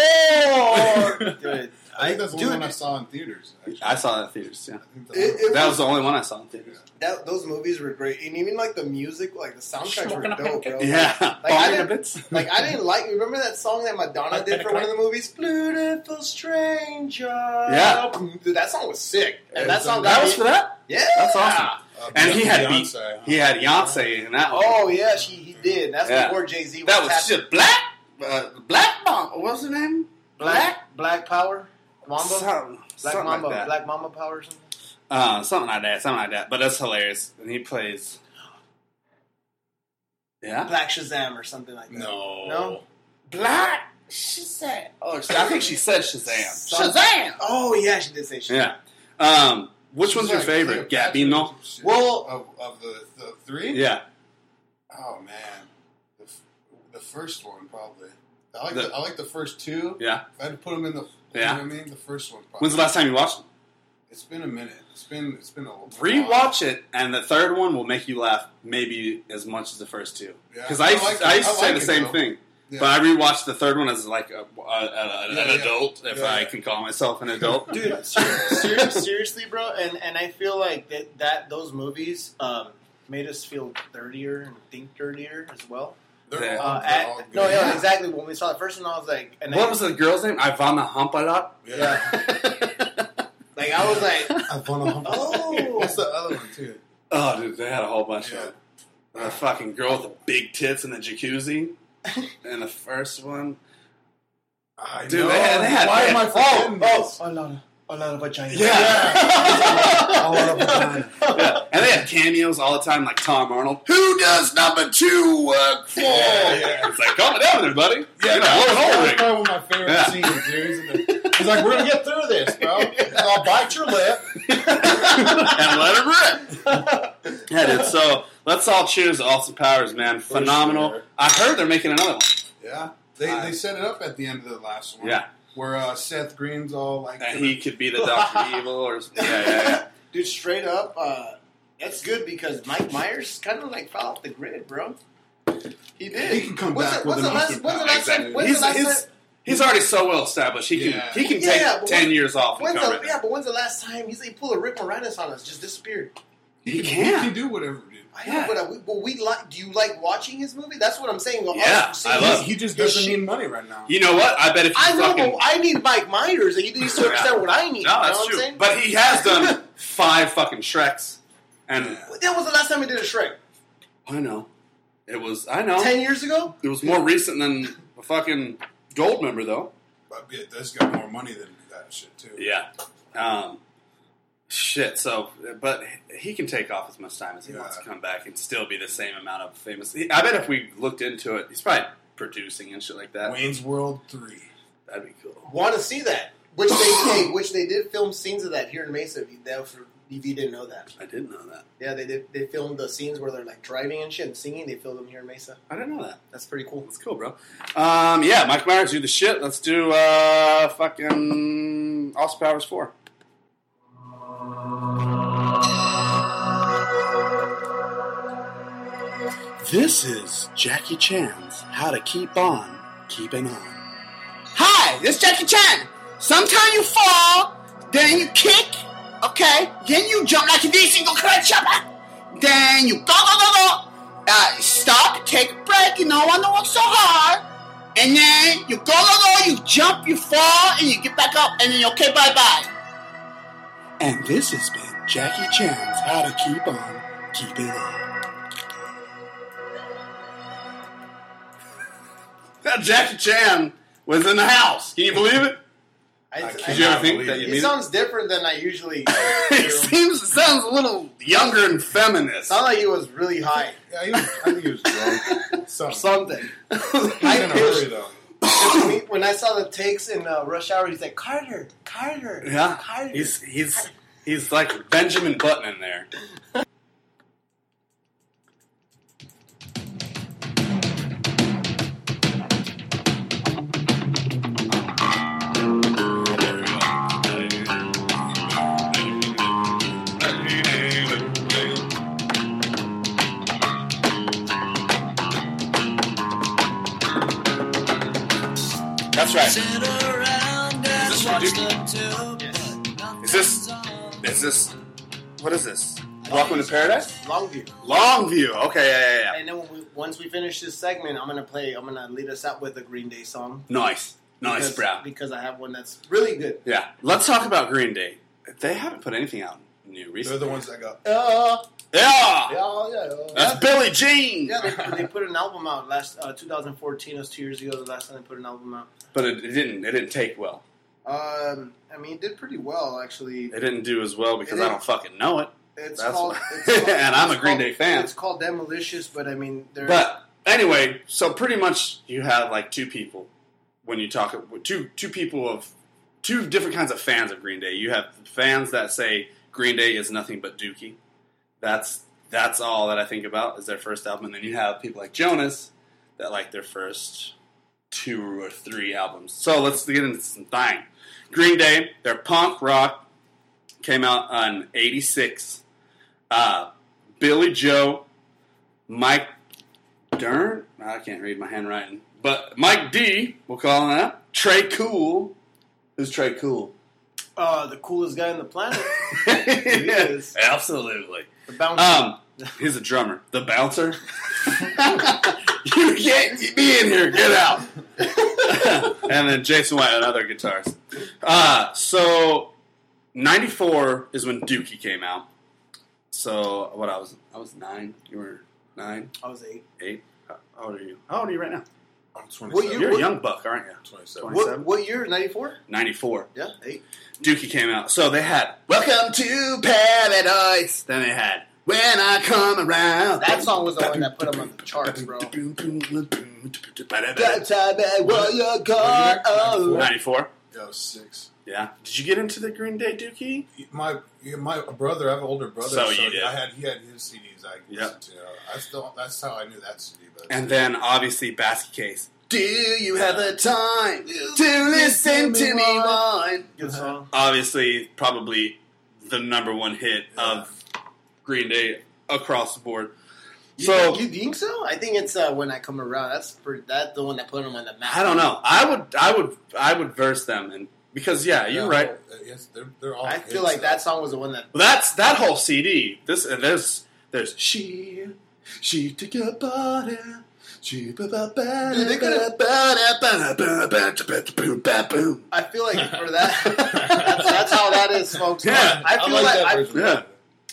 Speaker 2: dude.
Speaker 5: I think that's the
Speaker 2: dude,
Speaker 5: only one I saw in theaters. Actually.
Speaker 3: I saw that in theaters. Yeah,
Speaker 5: I think
Speaker 2: It-
Speaker 5: that's-
Speaker 2: it
Speaker 3: that was the only one I saw in theaters.
Speaker 2: that those movies were great, and even like the music, like the soundtracks were dope, bro.
Speaker 3: Yeah,
Speaker 2: Like, I
Speaker 3: Bonnie
Speaker 2: didn't-
Speaker 3: Bits.
Speaker 2: Like I didn't like. Remember that song that Madonna did for one of the movies, "Beautiful Stranger."
Speaker 3: Yeah.
Speaker 2: dude, that song was sick, and that
Speaker 5: It's
Speaker 2: song
Speaker 5: a-
Speaker 2: got
Speaker 3: That
Speaker 2: me-
Speaker 3: was for that.
Speaker 2: yeah,
Speaker 3: That's awesome.
Speaker 5: Uh,
Speaker 3: And he had beat.
Speaker 5: Beyonce. huh?
Speaker 3: He had Beyonce in that. one.
Speaker 2: Oh yeah, she he did. That's
Speaker 3: Yeah.
Speaker 2: before Jay Z.
Speaker 3: That was shit. Black, uh, Black Mamba. What's her name?
Speaker 2: black black power, Mamba,
Speaker 3: Something,
Speaker 2: black
Speaker 3: something
Speaker 2: Mamba,
Speaker 3: like that.
Speaker 2: black Mamba power, or something.
Speaker 3: Uh, something like that. Something like that. But that's hilarious. And he plays. Yeah.
Speaker 2: Black Shazam or something like that.
Speaker 5: No.
Speaker 2: No?
Speaker 3: Black Shazam. Oh, I think she said Shazam. Shazam.
Speaker 2: Oh yeah, she did say she.
Speaker 3: Yeah. Um, which one's
Speaker 5: She's
Speaker 3: your
Speaker 5: like
Speaker 3: favorite?
Speaker 5: Cleopatra
Speaker 3: Gabino.
Speaker 5: or some shit.
Speaker 3: Well-
Speaker 5: of, of the, the three.
Speaker 3: Yeah.
Speaker 5: Oh man, the, f- the first one probably. I like
Speaker 3: The-
Speaker 5: the, I like the first two.
Speaker 3: Yeah.
Speaker 5: If I had to put them in the, you
Speaker 3: Yeah.
Speaker 5: know what I mean, the first one. Probably.
Speaker 3: When's the last time you watched it?
Speaker 5: It's been a minute. It's been it's been a while.
Speaker 3: Rewatch it, and the third one will make you laugh maybe as much as the first two.
Speaker 5: Yeah.
Speaker 3: Because
Speaker 5: I
Speaker 3: I, used
Speaker 5: like it.
Speaker 3: I used to
Speaker 5: I
Speaker 3: say
Speaker 5: like
Speaker 3: the
Speaker 5: it,
Speaker 3: same
Speaker 5: though.
Speaker 3: thing.
Speaker 5: Yeah.
Speaker 3: But I rewatched the third one as like a, a, a- an
Speaker 5: Yeah, yeah.
Speaker 3: adult, if
Speaker 5: Yeah,
Speaker 3: I
Speaker 5: yeah.
Speaker 3: can call myself an adult.
Speaker 2: dude. ser- ser- seriously, bro, and and I feel like that, that those movies um, made us feel dirtier and think dirtier as well.
Speaker 5: They're
Speaker 3: Yeah.
Speaker 5: all,
Speaker 2: Uh,
Speaker 5: they're
Speaker 2: at-
Speaker 5: all good.
Speaker 2: no, yeah, exactly. When we saw the first one, I was like, and
Speaker 3: what
Speaker 2: I,
Speaker 3: was the girl's name? Ivana Humpalat.
Speaker 5: Yeah.
Speaker 2: like I was like,
Speaker 5: I wanna hump-
Speaker 2: Oh.
Speaker 5: that's the other one too.
Speaker 3: oh, dude, they had a whole bunch
Speaker 5: Yeah.
Speaker 3: of them. The fucking girl with the big tits in the jacuzzi. and the first one,
Speaker 5: I
Speaker 3: Dude,
Speaker 5: know.
Speaker 3: they had- they had-
Speaker 5: Why
Speaker 3: they
Speaker 5: am I
Speaker 3: had-
Speaker 5: forgetting
Speaker 2: oh,
Speaker 5: this?
Speaker 2: a lot of a lot of vagina.
Speaker 5: All of them.
Speaker 3: yeah. and they had cameos all the time, like Tom Arnold. Who does number two work for?
Speaker 5: Yeah, yeah.
Speaker 3: It's like coming down there, buddy.
Speaker 5: Yeah,
Speaker 3: you know,
Speaker 5: that was- that was
Speaker 3: holding.
Speaker 5: probably one of my favorite
Speaker 3: Yeah.
Speaker 5: scenes, dude. He's in the- He's like, we're gonna get through this, bro. I'll bite your lip.
Speaker 3: and let it rip. yeah, dude. So let's all cheers to Austin Powers, man. Phenomenal.
Speaker 5: sure.
Speaker 3: I heard they're making another one.
Speaker 5: Yeah, they,
Speaker 3: Uh,
Speaker 5: they set it up at the end of the last one.
Speaker 3: Yeah.
Speaker 5: where uh, Seth Green's all like,
Speaker 3: And he could be the Doctor Evil or yeah, yeah, yeah.
Speaker 2: dude. Straight up, uh, that's good because Mike Myers kind of like fell off the grid, bro. He did.
Speaker 5: He can come
Speaker 2: What's
Speaker 5: back
Speaker 2: the-
Speaker 5: with
Speaker 2: what's
Speaker 5: an
Speaker 2: the last-
Speaker 5: Austin
Speaker 2: what's the
Speaker 5: Powers,
Speaker 2: last time-
Speaker 5: dude.
Speaker 2: when's
Speaker 3: He's,
Speaker 2: the last
Speaker 3: he's,
Speaker 2: time-
Speaker 3: he's already so well established. He can
Speaker 5: Yeah.
Speaker 3: he can
Speaker 2: Yeah,
Speaker 3: take
Speaker 2: yeah, but
Speaker 3: ten
Speaker 2: when-
Speaker 3: years off. And
Speaker 2: When's
Speaker 3: come
Speaker 2: the,
Speaker 3: right
Speaker 2: yeah, but when's the last time he's, he pulled a Rick Moranis on us? Just disappeared.
Speaker 5: He
Speaker 3: He
Speaker 5: can,
Speaker 3: can.
Speaker 5: he can do whatever, dude.
Speaker 2: I
Speaker 3: Yeah.
Speaker 2: know, but, I, but we like. Do you like watching his movie? That's what I'm saying. Well,
Speaker 3: Yeah,
Speaker 2: us-
Speaker 3: I love-
Speaker 5: He just
Speaker 2: Yeah,
Speaker 5: doesn't
Speaker 2: she-
Speaker 5: need money right now.
Speaker 3: You know what? I bet if you
Speaker 2: I know,
Speaker 3: fucking
Speaker 2: but I need Mike Myers, and he needs to understand what I need.
Speaker 3: no,
Speaker 2: you know
Speaker 3: that's
Speaker 2: what I'm
Speaker 3: true.
Speaker 2: saying?
Speaker 3: But he has done five fucking Shreks, and
Speaker 2: that was the last time we did a Shrek.
Speaker 3: I know it was. I know
Speaker 2: Ten years ago.
Speaker 3: it was more recent than a fucking gold member though.
Speaker 5: But yeah, this got more money than that shit too.
Speaker 3: Yeah. Um, shit. So, but he can take off as much time as he
Speaker 5: Yeah.
Speaker 3: wants to come back and still be the same amount of famous. he- I bet if we looked into it, he's probably producing and shit like that.
Speaker 5: Wayne's World Three.
Speaker 3: That'd be cool.
Speaker 2: Want to see that? Which they hey, which they did film scenes of that here in Mesa. If you, that was for- if you didn't know that,
Speaker 3: I didn't know that.
Speaker 2: yeah, they did. They filmed the scenes where they're like driving and shit and singing. They filmed them here in Mesa.
Speaker 3: I didn't know that.
Speaker 2: That's pretty cool.
Speaker 3: That's cool, bro. Um, yeah, Mike Myers, do the shit. Let's do uh, fucking Austin Powers four. This is Jackie Chan's How to Keep On Keeping On. Hi, this is Jackie Chan. Sometimes you fall, then you kick, okay? Then you jump like this and go crash up. Then you go, go, go, go. Uh, stop, take a break, you know, I don't work so hard. And then you go, go, go, you jump, you fall, and you get back up, and then you're okay, bye bye. And this has been Jackie Chan's How to Keep On Keeping On. That Jackie Chan was in the house. Can you believe it?
Speaker 2: I,
Speaker 5: I
Speaker 2: I-
Speaker 5: can't
Speaker 3: Did you ever think
Speaker 5: believe
Speaker 3: that
Speaker 5: it.
Speaker 3: you
Speaker 2: it
Speaker 3: mean it?
Speaker 2: sounds different than I usually.
Speaker 3: it seems it sounds a little younger and feminist.
Speaker 2: sounds like he was really high.
Speaker 5: Yeah, he was, I think he was drunk. so,
Speaker 2: Something.
Speaker 5: he's
Speaker 2: I
Speaker 5: in a
Speaker 2: pitched-
Speaker 5: hurry though.
Speaker 2: when we- when I saw the takes in uh, Rush Hour, he's like Carter, Carter,
Speaker 3: Yeah,
Speaker 2: Carter.
Speaker 3: he's he's he's like Benjamin Button in there. That's right. Is this from Duke? Is this? Is this? What is this? Welcome to Paradise.
Speaker 2: Longview.
Speaker 3: Longview. Okay, yeah, yeah, yeah.
Speaker 2: And then when we, once we finish this segment, I'm gonna play. I'm gonna lead us out with a Green Day song.
Speaker 3: Nice, nice,
Speaker 2: because,
Speaker 3: bro.
Speaker 2: Because I have one that's really good.
Speaker 3: Yeah. Let's talk about Green Day. They haven't put anything out new
Speaker 5: They're
Speaker 3: recently.
Speaker 5: the ones that go.
Speaker 2: Uh,
Speaker 3: Yeah.
Speaker 2: yeah, yeah.
Speaker 3: That's Billy Jean.
Speaker 2: Yeah, they, they put an album out last uh, 2014. It was two years ago. The last time they put an album out.
Speaker 3: But it, it didn't. It didn't take well.
Speaker 2: Um, I mean, it did pretty well actually.
Speaker 3: It didn't do as well because
Speaker 2: It
Speaker 3: I don't fucking know it.
Speaker 2: It's
Speaker 3: That's
Speaker 2: called,
Speaker 3: why-
Speaker 2: it's called-
Speaker 3: And I'm
Speaker 2: it's
Speaker 3: a Green
Speaker 2: called-
Speaker 3: Day fan.
Speaker 2: It's called Demolicious, but I mean, they're
Speaker 3: But anyway, so pretty much you have like two people when you talk two two people of two different kinds of fans of Green Day. You have fans that say Green Day is nothing but Dookie. That's that's all that I think about is their first album, and then you have people like Jonas that like their first two or three albums. So let's get into some thing. Green Day, they're punk rock, came out on '86. Uh, Billy Joe, Mike Dern, I can't read my handwriting. But Mike D, we'll call him that. Trey Cool. Who's Trey Cool?
Speaker 8: Uh, the coolest guy on the planet.
Speaker 3: yes, absolutely.
Speaker 8: The bouncer.
Speaker 3: Um, he's a drummer. The bouncer. you can't be in here. Get out. and then Jason White, another guitarist. Uh, so '94 is when Dookie came out. So what I was, I was nine. You were nine,
Speaker 8: I was eight.
Speaker 3: eight. How how old are you? How old are you right now?
Speaker 5: I'm 27.
Speaker 8: What year-
Speaker 3: You're a young buck, aren't you?
Speaker 5: 27.
Speaker 8: What, what year? 94?
Speaker 3: '94.
Speaker 8: Yeah, eight.
Speaker 3: Dookie came out. So they had Welcome to Paradise. Then they had When I Come Around.
Speaker 2: That song was the one that put him on the charts, bro.
Speaker 5: gone.
Speaker 3: 94.
Speaker 5: Yeah, I was six.
Speaker 3: Yeah. Did you get into the Green Day Dookie?
Speaker 5: My yeah, my brother, I have an older brother,
Speaker 3: So
Speaker 5: so,
Speaker 3: you did.
Speaker 5: I had he had his CDs. I
Speaker 3: Yep.
Speaker 5: listened to. I still that's how I knew that CD. But
Speaker 3: And then obviously Basket Case. Do you have the time to listen to me whine?
Speaker 2: Uh-huh.
Speaker 8: Good song.
Speaker 3: Obviously, probably the number one hit of Green Day across the board. So
Speaker 2: you think so? I think it's uh, when I come around. That's pretty, that's the one that put him on the map.
Speaker 3: I don't know. I would, I would, I would verse them, and because yeah, you're
Speaker 5: Yeah,
Speaker 3: right.
Speaker 5: well, uh, Yes, they're, they're all.
Speaker 2: I
Speaker 5: hits,
Speaker 2: feel like
Speaker 5: though.
Speaker 2: that song was the one that.
Speaker 3: Well, that's that whole CD. This and there's there's she she took your body. She ba ba ba
Speaker 2: Dude, they
Speaker 3: ba
Speaker 2: could've-
Speaker 3: ba ba ba ba ba ba ba ba boom.
Speaker 2: I feel like for that, that's, that's how that is, folks.
Speaker 3: Yeah,
Speaker 2: I feel like,
Speaker 5: that
Speaker 2: I,
Speaker 5: version.
Speaker 3: Yeah,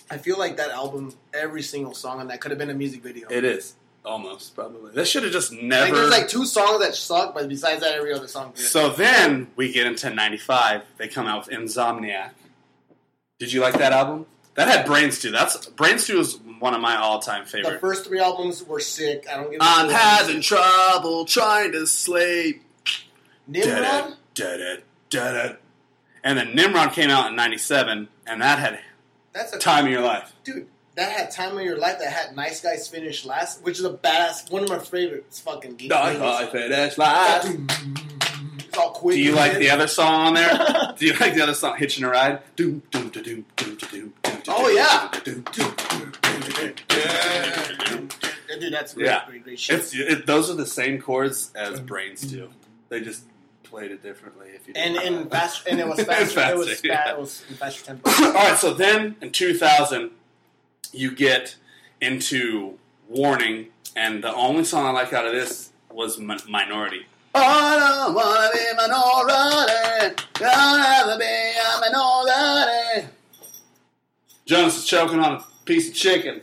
Speaker 2: I feel like that album, every single song on that could have been a music video.
Speaker 3: it is almost probably. That should have just
Speaker 2: like,
Speaker 3: never.
Speaker 2: there's like two songs that suck, but besides that, every other song. Good.
Speaker 3: so then we get into '95. They come out with Insomniac. Did you like that album? That had Brains too. That's Brains too is one of my all-time
Speaker 2: the
Speaker 3: favorite.
Speaker 2: first three albums were sick. I don't give. a
Speaker 3: I'm
Speaker 2: shit.
Speaker 3: having trouble trying to sleep.
Speaker 2: Nimrod.
Speaker 3: da-da, da-da. And then Nimrod came out in 97, and that had
Speaker 2: That's a
Speaker 3: Time of Your Life.
Speaker 2: dude. That had time of your life. That had nice guys finish last, which is a badass. One of my favorites. Fucking geek. Movies. It's all quick.
Speaker 3: Do you like
Speaker 2: man.
Speaker 3: the other song on there? Do you like the other song, Hitching a Ride? Doom, doom, da, doom, doom, da, doom, doom, da,
Speaker 2: Oh,
Speaker 3: doom,
Speaker 2: yeah.
Speaker 3: da, doom, doom, doom, doom, da, doom.
Speaker 2: Dude, that's great,
Speaker 3: Yeah.
Speaker 2: great, great shit.
Speaker 3: It's, it, those are the same chords as Brains do. They just played it differently. If you
Speaker 2: and
Speaker 3: didn't know
Speaker 2: and
Speaker 3: that.
Speaker 2: fast and it was
Speaker 3: It's
Speaker 2: faster. it was
Speaker 3: faster,
Speaker 2: faster.
Speaker 3: yeah.
Speaker 2: It was in faster tempo.
Speaker 3: All right, so then in 2000, you get into Warning, and the only song I like out of this was Mi- Minority. I don't wanna be minority. Don't ever be a minority. Jonas is choking on a piece of chicken.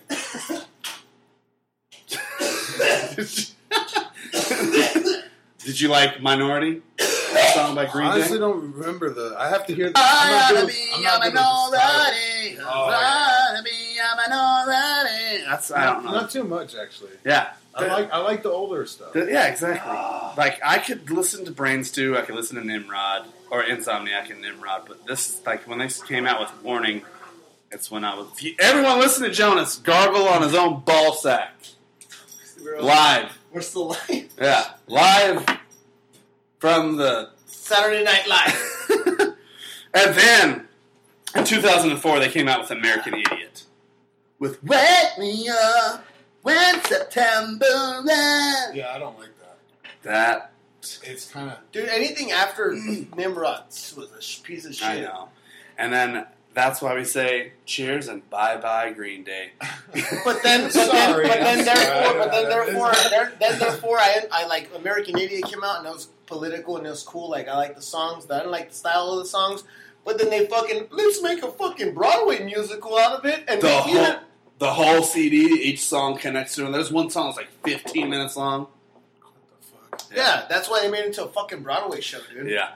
Speaker 3: Did you like Minority? A song by Green
Speaker 5: I honestly
Speaker 3: Day.
Speaker 5: don't remember the. I have to hear. The,
Speaker 3: I gotta
Speaker 5: I'm not
Speaker 3: be
Speaker 5: good with- I'm
Speaker 3: a
Speaker 5: not good with the style.
Speaker 3: minority. I gotta be a minority. That's I don't know.
Speaker 5: Not too much actually.
Speaker 3: yeah,
Speaker 5: I like I like the older stuff.
Speaker 3: Th- yeah, exactly. Like I could listen to Brains too. I could listen to Nimrod or Insomniac and Nimrod. But this, like when they came out with Warning, it's when I was. If you- everyone, listen to Jonas gargle on his own ball sack
Speaker 2: We're,
Speaker 3: live.
Speaker 2: we're still live.
Speaker 3: Yeah, live from the
Speaker 2: Saturday Night Live.
Speaker 3: and then in 2004, they came out with American Idiot. With Wet Me Up When September ends.
Speaker 5: Yeah, I don't like that.
Speaker 3: That,
Speaker 5: It's kind of
Speaker 2: Dude, anything after Nimrod was a sh- piece of shit.
Speaker 3: Mm. I know. And then that's why we say cheers and bye bye, Green Day.
Speaker 2: But then, but
Speaker 5: Sorry.
Speaker 2: then, but then,
Speaker 5: I'm
Speaker 2: therefore,
Speaker 5: sorry.
Speaker 2: but then, therefore, there, then, therefore, I, I like American Idiot came out and it was political and it was cool. Like I like the songs, but I didn't like the style of the songs. But then they fucking let's make a fucking Broadway musical out of it and
Speaker 3: The
Speaker 2: make
Speaker 3: whole,
Speaker 2: even
Speaker 3: the whole CD, each song connects to it. There's one song that's like 15 minutes long.
Speaker 5: what the fuck.
Speaker 2: yeah, that's why they made it into a fucking Broadway show, dude.
Speaker 3: Yeah.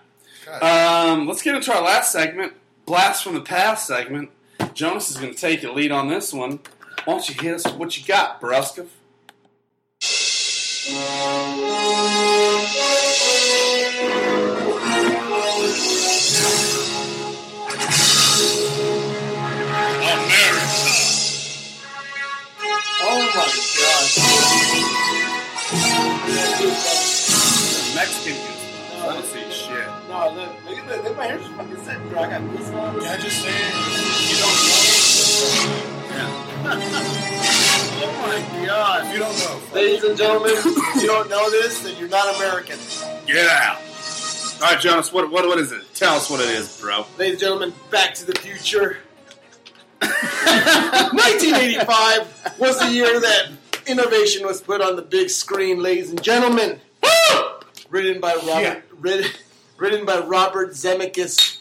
Speaker 5: God,
Speaker 3: Um, let's get into our last segment, Blast from the Past segment. Jonas is going to take the lead on this one. Why don't you hit us with what you got, Bruskov?
Speaker 2: Oh my
Speaker 3: Mexican goosebumps. I don't see shit.
Speaker 2: god! No, look, look at this. My hair's fucking set, bro. I got goosebumps.
Speaker 5: Can I just say you don't know?
Speaker 3: Yeah.
Speaker 2: Oh my god.
Speaker 5: If you don't know,
Speaker 2: Ladies and gentlemen, if you don't know this, then you're not American.
Speaker 3: Yeah. All right, Jonas. What what what is it? Tell us what it is, bro.
Speaker 2: Ladies and gentlemen, Back to the Future. 1985 was the year that innovation was put on the big screen, ladies and gentlemen. written by Robert,
Speaker 5: Yeah.
Speaker 2: writ- written by Robert Zemeckis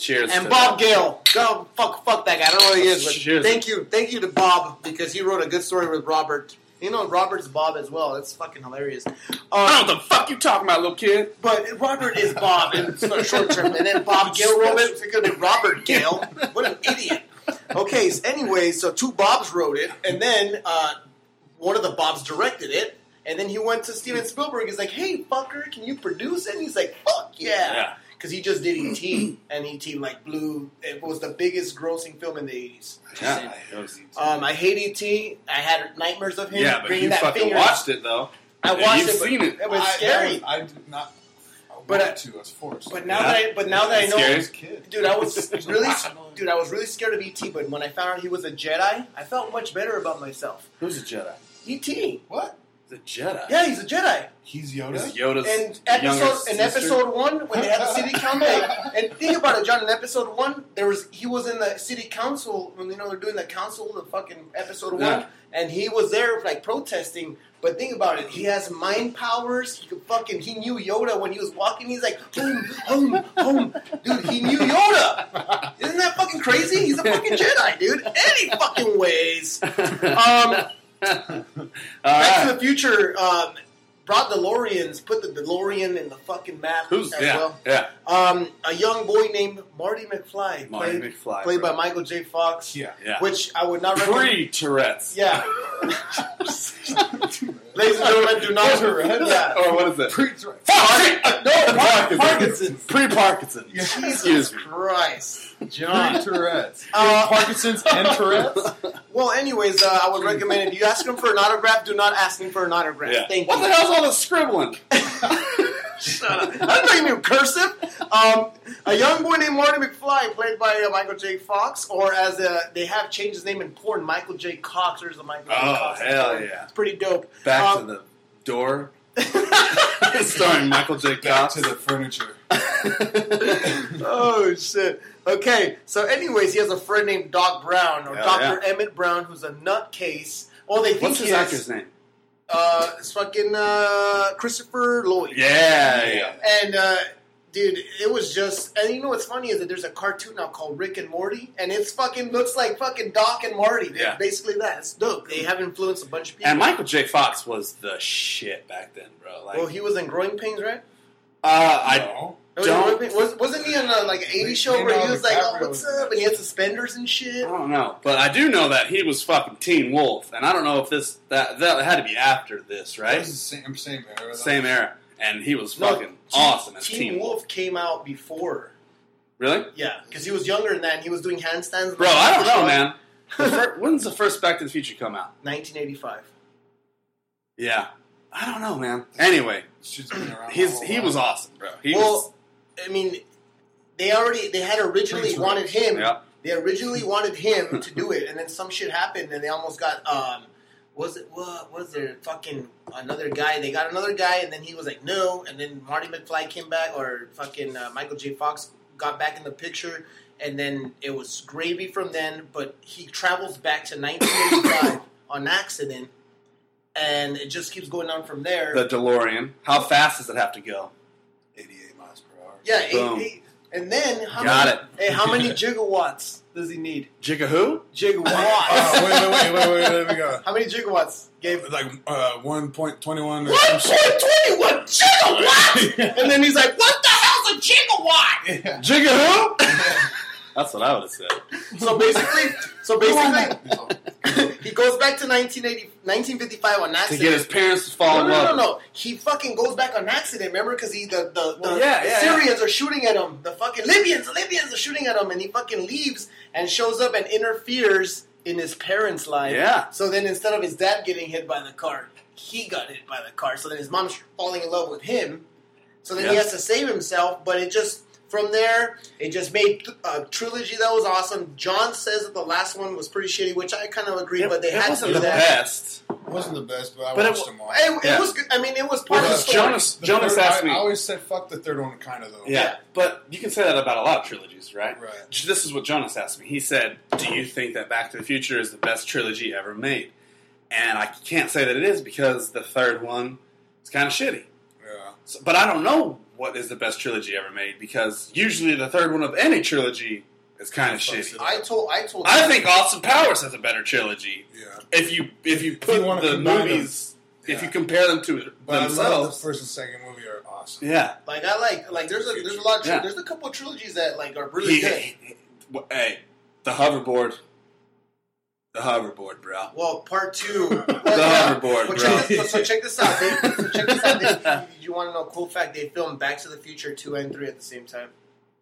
Speaker 3: Cheers.
Speaker 2: and
Speaker 3: to
Speaker 2: Bob Gale. Go fuck, fuck that guy. I don't know who he is, but
Speaker 3: Cheers.
Speaker 2: thank you, thank you to Bob because he wrote a good story with Robert. You know, Robert's Bob as well. That's fucking hilarious.
Speaker 3: I
Speaker 2: Uh,
Speaker 3: don't know what the fuck you talking about, little kid.
Speaker 2: but Robert is Bob in sort of short term, and then Bob Gale wrote it. It could be Robert Gale. What an idiot. Okay. So anyway, so two Bobs wrote it, and then uh, one of the Bobs directed it, and then he went to Steven Spielberg. He's like, "Hey, fucker, can you produce it?" And he's like, "Fuck yeah!"
Speaker 3: Yeah.
Speaker 2: Because he just did ET, and ET like blew. It was the biggest grossing film in the eighties.
Speaker 3: Yeah, it was-
Speaker 2: Um, I hate ET. I had nightmares of him.
Speaker 3: yeah but
Speaker 2: bringing
Speaker 3: you
Speaker 2: that
Speaker 3: fucking
Speaker 2: finger.
Speaker 3: watched it though.
Speaker 2: I
Speaker 3: Yeah,
Speaker 2: watched
Speaker 3: you've
Speaker 2: it, but
Speaker 3: seen it.
Speaker 2: It was
Speaker 5: I- that
Speaker 2: scary.
Speaker 5: was- I did not. I
Speaker 2: But,
Speaker 5: but
Speaker 2: uh,
Speaker 5: to. I was forced.
Speaker 2: But now
Speaker 3: Yeah.
Speaker 2: that I, but now that I know,
Speaker 3: Scary.
Speaker 5: As a kid.
Speaker 2: dude, I was really, dude, I was really scared of ET. But when I found out he was a Jedi, I felt much better about myself.
Speaker 3: Who's a Jedi?
Speaker 2: ET,
Speaker 5: What?
Speaker 3: The Jedi.
Speaker 2: yeah, he's a Jedi.
Speaker 3: Is
Speaker 5: He's Yoda.
Speaker 3: Yoda's
Speaker 2: And
Speaker 3: younger
Speaker 2: episode, in
Speaker 3: sister?
Speaker 2: episode one, when they had the city council, and think about it, John. In episode one, there was he was in the city council when you know they're doing the council, the fucking episode one,
Speaker 3: Yeah.
Speaker 2: and he was there like protesting. But think about it, he has mind powers. He could fucking he knew Yoda when he was walking. He's like, boom, boom, boom, dude. He knew Yoda. Isn't that fucking crazy? He's a fucking Jedi, dude. Any fucking ways. Um,
Speaker 3: All
Speaker 2: Back
Speaker 3: right.
Speaker 2: to the Future um, brought DeLoreans, put the DeLorean in the fucking map
Speaker 3: Who's
Speaker 2: as
Speaker 3: yeah,
Speaker 2: well.
Speaker 3: yeah?
Speaker 2: Um, a young boy named Marty McFly,
Speaker 3: Marty
Speaker 2: played,
Speaker 3: McFly,
Speaker 2: played
Speaker 3: bro.
Speaker 2: by Michael J. Fox,
Speaker 5: Yeah.
Speaker 3: Yeah.
Speaker 2: which I would not recommend.
Speaker 3: Pre Tourette's.
Speaker 2: Yeah, ladies and gentlemen, do not.
Speaker 5: Correct.
Speaker 2: yeah,
Speaker 3: Or what is it?
Speaker 5: Pre- right.
Speaker 3: no, Parkinson's.
Speaker 2: uh, Parkinson's.
Speaker 3: Pre Parkinson.
Speaker 5: Yeah.
Speaker 3: Excuse me.
Speaker 2: Christ,
Speaker 5: Pre-
Speaker 2: John.
Speaker 5: Tourette's.
Speaker 2: Uh,
Speaker 5: Parkinson's and Tourette's.
Speaker 2: well, anyways, uh, I would recommend if you ask him for an autograph, do not ask him for an autograph.
Speaker 3: Yeah.
Speaker 2: Thank
Speaker 3: what
Speaker 2: you.
Speaker 3: the hell's all this scribbling?
Speaker 2: Shut up. Uh, I'm not even cursive. Um, a young boy named Marty McFly, played by uh, Michael J. Fox, or as uh they have changed his name in porn, Michael J. Cox. There's a Michael J.
Speaker 3: Oh,
Speaker 2: Cox.
Speaker 3: hell yeah.
Speaker 2: It's pretty dope.
Speaker 3: Back
Speaker 2: Um,
Speaker 3: to the door. Starring Michael J.
Speaker 5: Back
Speaker 3: Cox.
Speaker 5: to the furniture.
Speaker 2: oh shit. Okay, so anyways, he has a friend named Doc Brown or
Speaker 3: Hell
Speaker 2: Doctor Emmett Brown, who's a nutcase. Oh, they think
Speaker 3: What's
Speaker 2: he
Speaker 3: his
Speaker 2: is,
Speaker 3: actor's name?
Speaker 2: Uh, it's fucking uh, Christopher Lloyd.
Speaker 3: Yeah, yeah.
Speaker 2: And uh, dude, it was just. And you know what's funny is that there's a cartoon now called Rick and Morty, and it's fucking looks like fucking Doc and Marty. dude.
Speaker 3: Yeah.
Speaker 2: basically that. It's dope. They have influenced a bunch of people.
Speaker 3: And Michael J. Fox was the shit back then, bro. Like,
Speaker 2: well, he was in Growing Pains, right?
Speaker 3: uh, I
Speaker 5: No.
Speaker 2: Was he in
Speaker 3: Don't-
Speaker 2: Growing Pains? was, wasn't he in a, like an '80s show where he
Speaker 5: Leonardo
Speaker 2: was like, "Oh,
Speaker 5: DiCaprio
Speaker 2: what's
Speaker 5: was in
Speaker 2: up?" and he had suspenders and
Speaker 3: I
Speaker 2: shit.
Speaker 3: don't know, but I do know that he was fucking Teen Wolf, and I don't know if this that that had to be after this,
Speaker 5: That
Speaker 3: right?
Speaker 5: was the same, same era. though.
Speaker 3: Same era, and he was
Speaker 2: No,
Speaker 3: fucking awesome as
Speaker 2: Teen,
Speaker 3: Teen,
Speaker 2: Teen Wolf came out before.
Speaker 3: Really,
Speaker 2: Yeah, because he was younger than that. and He was doing handstands.
Speaker 3: bro? I don't know, man. The fir- when's the first Back to the Future come out?
Speaker 2: 1985.
Speaker 3: Yeah, I don't know, man. Anyway,
Speaker 5: Shit's been around
Speaker 3: his
Speaker 5: all
Speaker 3: he
Speaker 5: along.
Speaker 3: was awesome, bro. He
Speaker 2: well, I mean, they already they had originally
Speaker 5: Pretty
Speaker 2: wanted him.
Speaker 3: was, yeah.
Speaker 2: They originally wanted him to do it, and then some shit happened, and they almost got um. Was it what was there fucking another guy? They got another guy, and then he was like no, and then Marty McFly came back, or fucking uh, Michael J. Fox got back in the picture, and then it was gravy from then. But he travels back to 1985 on accident, and it just keeps going on from there.
Speaker 3: The DeLorean. How fast does it have to go?
Speaker 5: 88 miles per hour.
Speaker 2: yeah, eight-
Speaker 3: Boom.
Speaker 2: eight- and then how
Speaker 3: Got
Speaker 2: many, Hey, how many gigawatts does he need?
Speaker 3: Jigahoo?
Speaker 2: Gigawatts.
Speaker 5: Oh, wait, wait, wait, wait, wait, wait, we go.
Speaker 2: How many gigawatts? Gabe?
Speaker 5: Like uh, 1.21 or some shit.
Speaker 2: 1.21 gigawatt! and then he's like, what the hell's a gigawatt?
Speaker 5: Yeah.
Speaker 3: Jigahoo? That's what I would have said.
Speaker 2: So basically, so basically, he goes back to 1980, 1955 on
Speaker 3: To
Speaker 2: accident.
Speaker 3: get his parents to fall
Speaker 2: no,
Speaker 3: in
Speaker 2: no, no,
Speaker 3: love.
Speaker 2: no, no. He fucking goes back on accident, remember? Because he the, the, the,
Speaker 3: Well, yeah,
Speaker 2: the
Speaker 3: yeah,
Speaker 2: Syrians are shooting at him. The fucking Libyans, the Libyans are shooting at him. And he fucking leaves and shows up and interferes in his parents' life.
Speaker 3: Yeah.
Speaker 2: So then instead of his dad getting hit by the car, he got hit by the car. So then his mom's falling in love with him. So then he
Speaker 3: Yeah.
Speaker 2: has to save himself, but it just From there, it just made a trilogy that was awesome. John says that the last one was pretty shitty, which I kind of agree,
Speaker 3: It-
Speaker 2: but they
Speaker 3: it
Speaker 2: had to
Speaker 3: wasn't
Speaker 2: do
Speaker 3: the
Speaker 2: that.
Speaker 3: best.
Speaker 5: wasn't the best, but I
Speaker 3: But it
Speaker 5: watched
Speaker 3: wa-
Speaker 5: them all.
Speaker 2: It, it
Speaker 3: Yeah.
Speaker 2: was. good. I mean, it was part of the
Speaker 3: Well,
Speaker 2: story.
Speaker 3: Jonas,
Speaker 5: The
Speaker 3: Jonas
Speaker 5: third-
Speaker 3: asked
Speaker 5: I,
Speaker 3: me.
Speaker 5: I always said fuck the third one, kind of though.
Speaker 3: yeah, but you can say that about a lot of trilogies, right?
Speaker 5: Right.
Speaker 3: This is what Jonas asked me. He said, "Do you think that Back to the Future is the best trilogy ever made?" And I can't say that it is because the third one is kind of shitty.
Speaker 5: yeah.
Speaker 3: So, but I don't know what is the best trilogy ever made because usually the third one of any trilogy is kind of
Speaker 5: Fucks
Speaker 3: shitty.
Speaker 5: it up.
Speaker 2: I told. I told.
Speaker 3: I think Austin Powers has a better trilogy.
Speaker 5: Yeah.
Speaker 3: If you if you
Speaker 5: you
Speaker 3: put
Speaker 5: wanna
Speaker 3: the
Speaker 5: combine them.
Speaker 3: movies, if
Speaker 5: Yeah.
Speaker 3: you compare them to
Speaker 5: But I love the
Speaker 3: themselves,
Speaker 5: first and second movie are awesome.
Speaker 3: yeah.
Speaker 2: Like I like. Like there's a there's a lot. Of, tri-
Speaker 3: Yeah.
Speaker 2: There's a couple of trilogies that like are
Speaker 3: He-
Speaker 2: really good.
Speaker 3: he- he- well, hey, the hoverboard, the hoverboard, bro.
Speaker 2: Well, part two.
Speaker 3: hoverboard,
Speaker 2: well,
Speaker 3: bro.
Speaker 2: check this, so check this out. They, so check this out. They, you want to know a cool fact? They filmed Back to the Future two and three at the same time.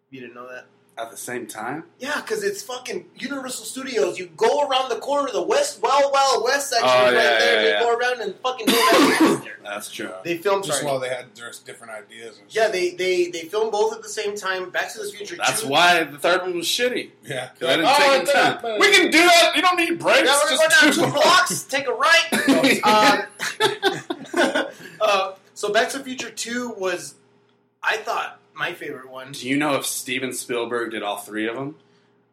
Speaker 2: You didn't know that?
Speaker 3: At the same time,
Speaker 2: Yeah, because it's fucking Universal Studios. You go around the corner, the West, well, well, West section,
Speaker 3: Oh,
Speaker 2: right
Speaker 3: yeah,
Speaker 2: there.
Speaker 3: yeah,
Speaker 2: you
Speaker 3: yeah.
Speaker 2: go around and fucking go back.
Speaker 3: that's true.
Speaker 2: they filmed.
Speaker 5: Just
Speaker 2: sorry.
Speaker 5: while they had just different ideas. And
Speaker 2: Yeah,
Speaker 5: shit.
Speaker 2: they, they they filmed both at the same time. Back to the Future.
Speaker 3: That's
Speaker 2: two,
Speaker 3: why the third one was shitty.
Speaker 5: yeah.
Speaker 3: 'Cause I didn't
Speaker 5: Oh,
Speaker 3: take
Speaker 5: I
Speaker 3: the
Speaker 5: thought-
Speaker 3: time. We can do that. You don't need breaks.
Speaker 2: Yeah, we're gonna
Speaker 3: just
Speaker 2: go down
Speaker 3: two
Speaker 2: two blocks, take a right. Um, uh, so Back to the Future 2 was, I thought, my favorite one.
Speaker 3: Do you know if Steven Spielberg did all three of them?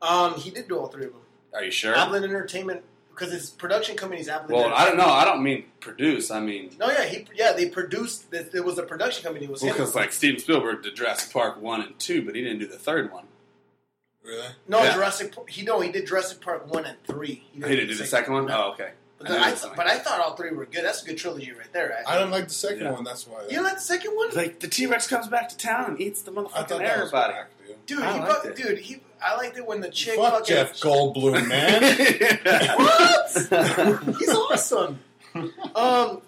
Speaker 2: Um, he did do all three of them.
Speaker 3: Are you sure?
Speaker 2: Ablin Entertainment, because his production company's Ablin
Speaker 3: Well, I
Speaker 2: Entertainment.
Speaker 3: don't know. I don't mean produce. I mean,
Speaker 2: No, yeah, he, yeah, they produced, it, it was a production company. It was him.
Speaker 3: because like Steven Spielberg did Jurassic Park one and two, but he didn't do the third one.
Speaker 5: Really?
Speaker 2: No,
Speaker 3: yeah.
Speaker 2: Jurassic, Pa- he, no, he did Jurassic Park 1 and 3. He
Speaker 3: He didn't do the second one. Oh, okay.
Speaker 2: But,
Speaker 3: I
Speaker 2: then
Speaker 3: knew
Speaker 2: I
Speaker 3: it was
Speaker 2: th-
Speaker 3: something.
Speaker 2: but I thought all three were good. That's a good trilogy right there. I,
Speaker 5: I didn't like the second
Speaker 3: Yeah.
Speaker 5: one. That's why.
Speaker 2: you like the second one?
Speaker 3: like the T Rex comes back to town and eats the
Speaker 5: I thought
Speaker 3: motherfucking
Speaker 5: that
Speaker 3: air
Speaker 5: was
Speaker 3: about it.
Speaker 5: whack, dude.
Speaker 2: Dude,
Speaker 3: I
Speaker 2: he
Speaker 3: liked
Speaker 2: fuck-
Speaker 3: it.
Speaker 2: dude, he. I liked it when the chick
Speaker 5: Fuck
Speaker 2: fucking
Speaker 5: Jeff Goldblum, man.
Speaker 2: What? He's awesome. Um,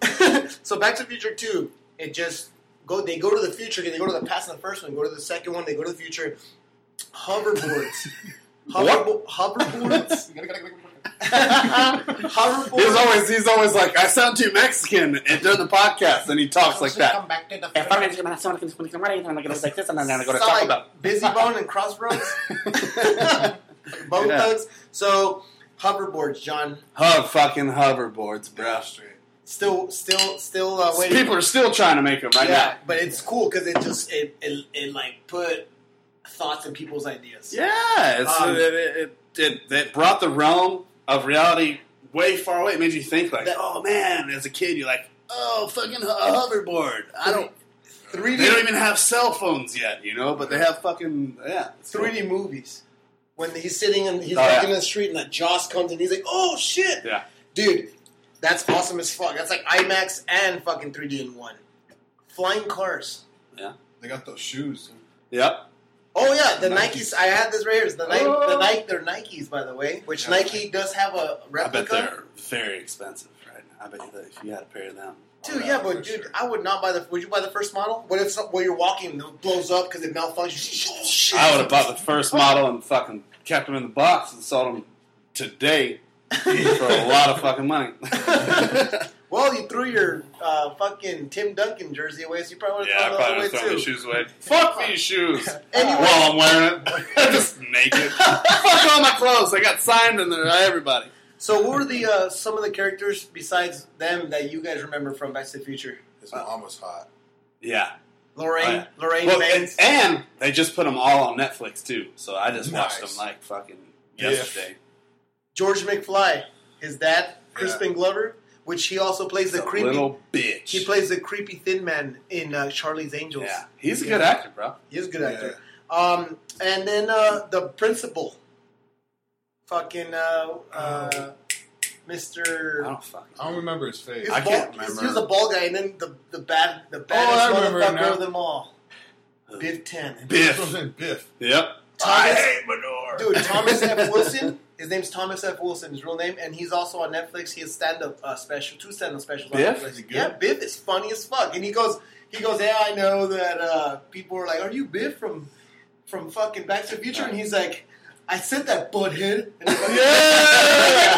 Speaker 2: so Back to the Future Two, it just go. They go to the future. They go to the past in the first one. Go to the second one. They go to the future. Hoverboards. Hoverbo- hoverboards.
Speaker 3: he's
Speaker 2: hoverboards.
Speaker 3: always he's always like I sound too Mexican and during the podcast and he talks like that.
Speaker 2: back to the
Speaker 9: If I'm going to get someone who's going to come right and I'm going to like this and I'm going to go to
Speaker 2: Sound
Speaker 9: Taco
Speaker 2: like
Speaker 9: Bell.
Speaker 2: Busy Bone and Crossroads. Bone
Speaker 3: Yeah.
Speaker 2: Thugs. So hoverboards, John.
Speaker 3: Hub fucking hoverboards, bro.
Speaker 2: Still, still, still uh, waiting.
Speaker 3: People are still trying to make them right
Speaker 2: yeah, but it's cool because it just it, it it like put thoughts in people's ideas.
Speaker 3: now. Yeah, it's,
Speaker 2: Um,
Speaker 3: it, it, it, it, it brought the realm of reality way far away. It made you think like,
Speaker 2: That-
Speaker 3: oh man, as a kid you're like, oh fucking ho- a hoverboard. I don't.
Speaker 2: Three
Speaker 3: They don't
Speaker 2: D
Speaker 3: even have cell phones yet, you know, but they have fucking yeah. it's
Speaker 2: three D movies. When he's sitting and he's
Speaker 3: Oh,
Speaker 2: like
Speaker 3: yeah.
Speaker 2: in the street and that Joss comes and he's like, oh shit,
Speaker 3: cool. Yeah.
Speaker 2: dude, that's awesome as fuck. That's like IMAX and fucking three D in one. Flying cars.
Speaker 5: They got those shoes.
Speaker 3: Yep.
Speaker 2: Oh yeah, the Nikes. I had this right here. It's The Nike,
Speaker 3: Oh.
Speaker 2: the Nike, they're Nikes by the way, which
Speaker 5: Yeah.
Speaker 2: Nike does have a
Speaker 3: I bet
Speaker 2: replica.
Speaker 3: they're very expensive right now. I bet that if you had a pair of them,
Speaker 2: Dude,
Speaker 5: Oh,
Speaker 2: yeah,
Speaker 5: yeah, for
Speaker 2: but dude,
Speaker 5: sure.
Speaker 2: I would not buy the. Would you buy the first model? What if some, while you're walking, it blows up because it malfunctions?
Speaker 3: I would have bought the first model and fucking kept them in the box and sold them today for a lot of fucking money.
Speaker 2: Well, you threw your uh, fucking Tim Duncan jersey away, so you probably would
Speaker 3: yeah, I
Speaker 2: have
Speaker 3: probably
Speaker 2: thrown
Speaker 3: was
Speaker 2: that
Speaker 3: throwing
Speaker 2: away
Speaker 3: the
Speaker 2: too.
Speaker 3: shoes away. Fuck these shoes
Speaker 2: Anyway.
Speaker 3: while I'm wearing it. Just naked. Fuck all my clothes. I got signed in there. Everybody.
Speaker 2: So, what were the uh, some of the characters besides them that you guys remember from Back to the Future?
Speaker 5: His mom was hot.
Speaker 3: Yeah.
Speaker 2: Lorraine,
Speaker 3: Oh, yeah.
Speaker 2: Lorraine
Speaker 3: Well, and,
Speaker 2: Baines.
Speaker 3: and they just put them all on Netflix too. So I just watched
Speaker 5: Nice.
Speaker 3: them like fucking
Speaker 5: Yeah.
Speaker 3: yesterday.
Speaker 2: George McFly, his dad, Crispin Glover, which he also plays the
Speaker 3: He's a
Speaker 2: creepy.
Speaker 3: little bitch.
Speaker 2: He plays the creepy thin man in uh, Charlie's Angels.
Speaker 3: Yeah, he's a good actor, bro.
Speaker 2: He is a good actor. Um, and then uh, the principal, fucking uh, uh,
Speaker 3: I
Speaker 2: Mr.
Speaker 3: don't fucking.
Speaker 5: I don't remember his face.
Speaker 2: He's
Speaker 3: I can't
Speaker 2: bald- he's-
Speaker 3: remember.
Speaker 2: He was a bald guy, and then the the bad the
Speaker 5: Oh, I
Speaker 2: baddest
Speaker 5: remember him
Speaker 2: motherfucker
Speaker 5: now.
Speaker 2: of them all, Biff Tannen.
Speaker 5: That's what I'm
Speaker 3: Biff.
Speaker 5: saying, Biff.
Speaker 3: Yep.
Speaker 2: I
Speaker 3: hate Mador.
Speaker 2: Dude, Thomas F. Wilson. His name's Thomas F. Wilson, his real name, and he's also on Netflix. He has stand up uh, special, two stand up specials
Speaker 3: Biff?
Speaker 2: on
Speaker 5: Is
Speaker 2: Netflix.
Speaker 5: he good?
Speaker 2: Yeah, Biff is funny as fuck, and he goes, he goes, yeah, I know that uh, people are like, are you Biff from from fucking Back to the Future? And he's like, I said that butthead. And he's like,
Speaker 3: Yeah!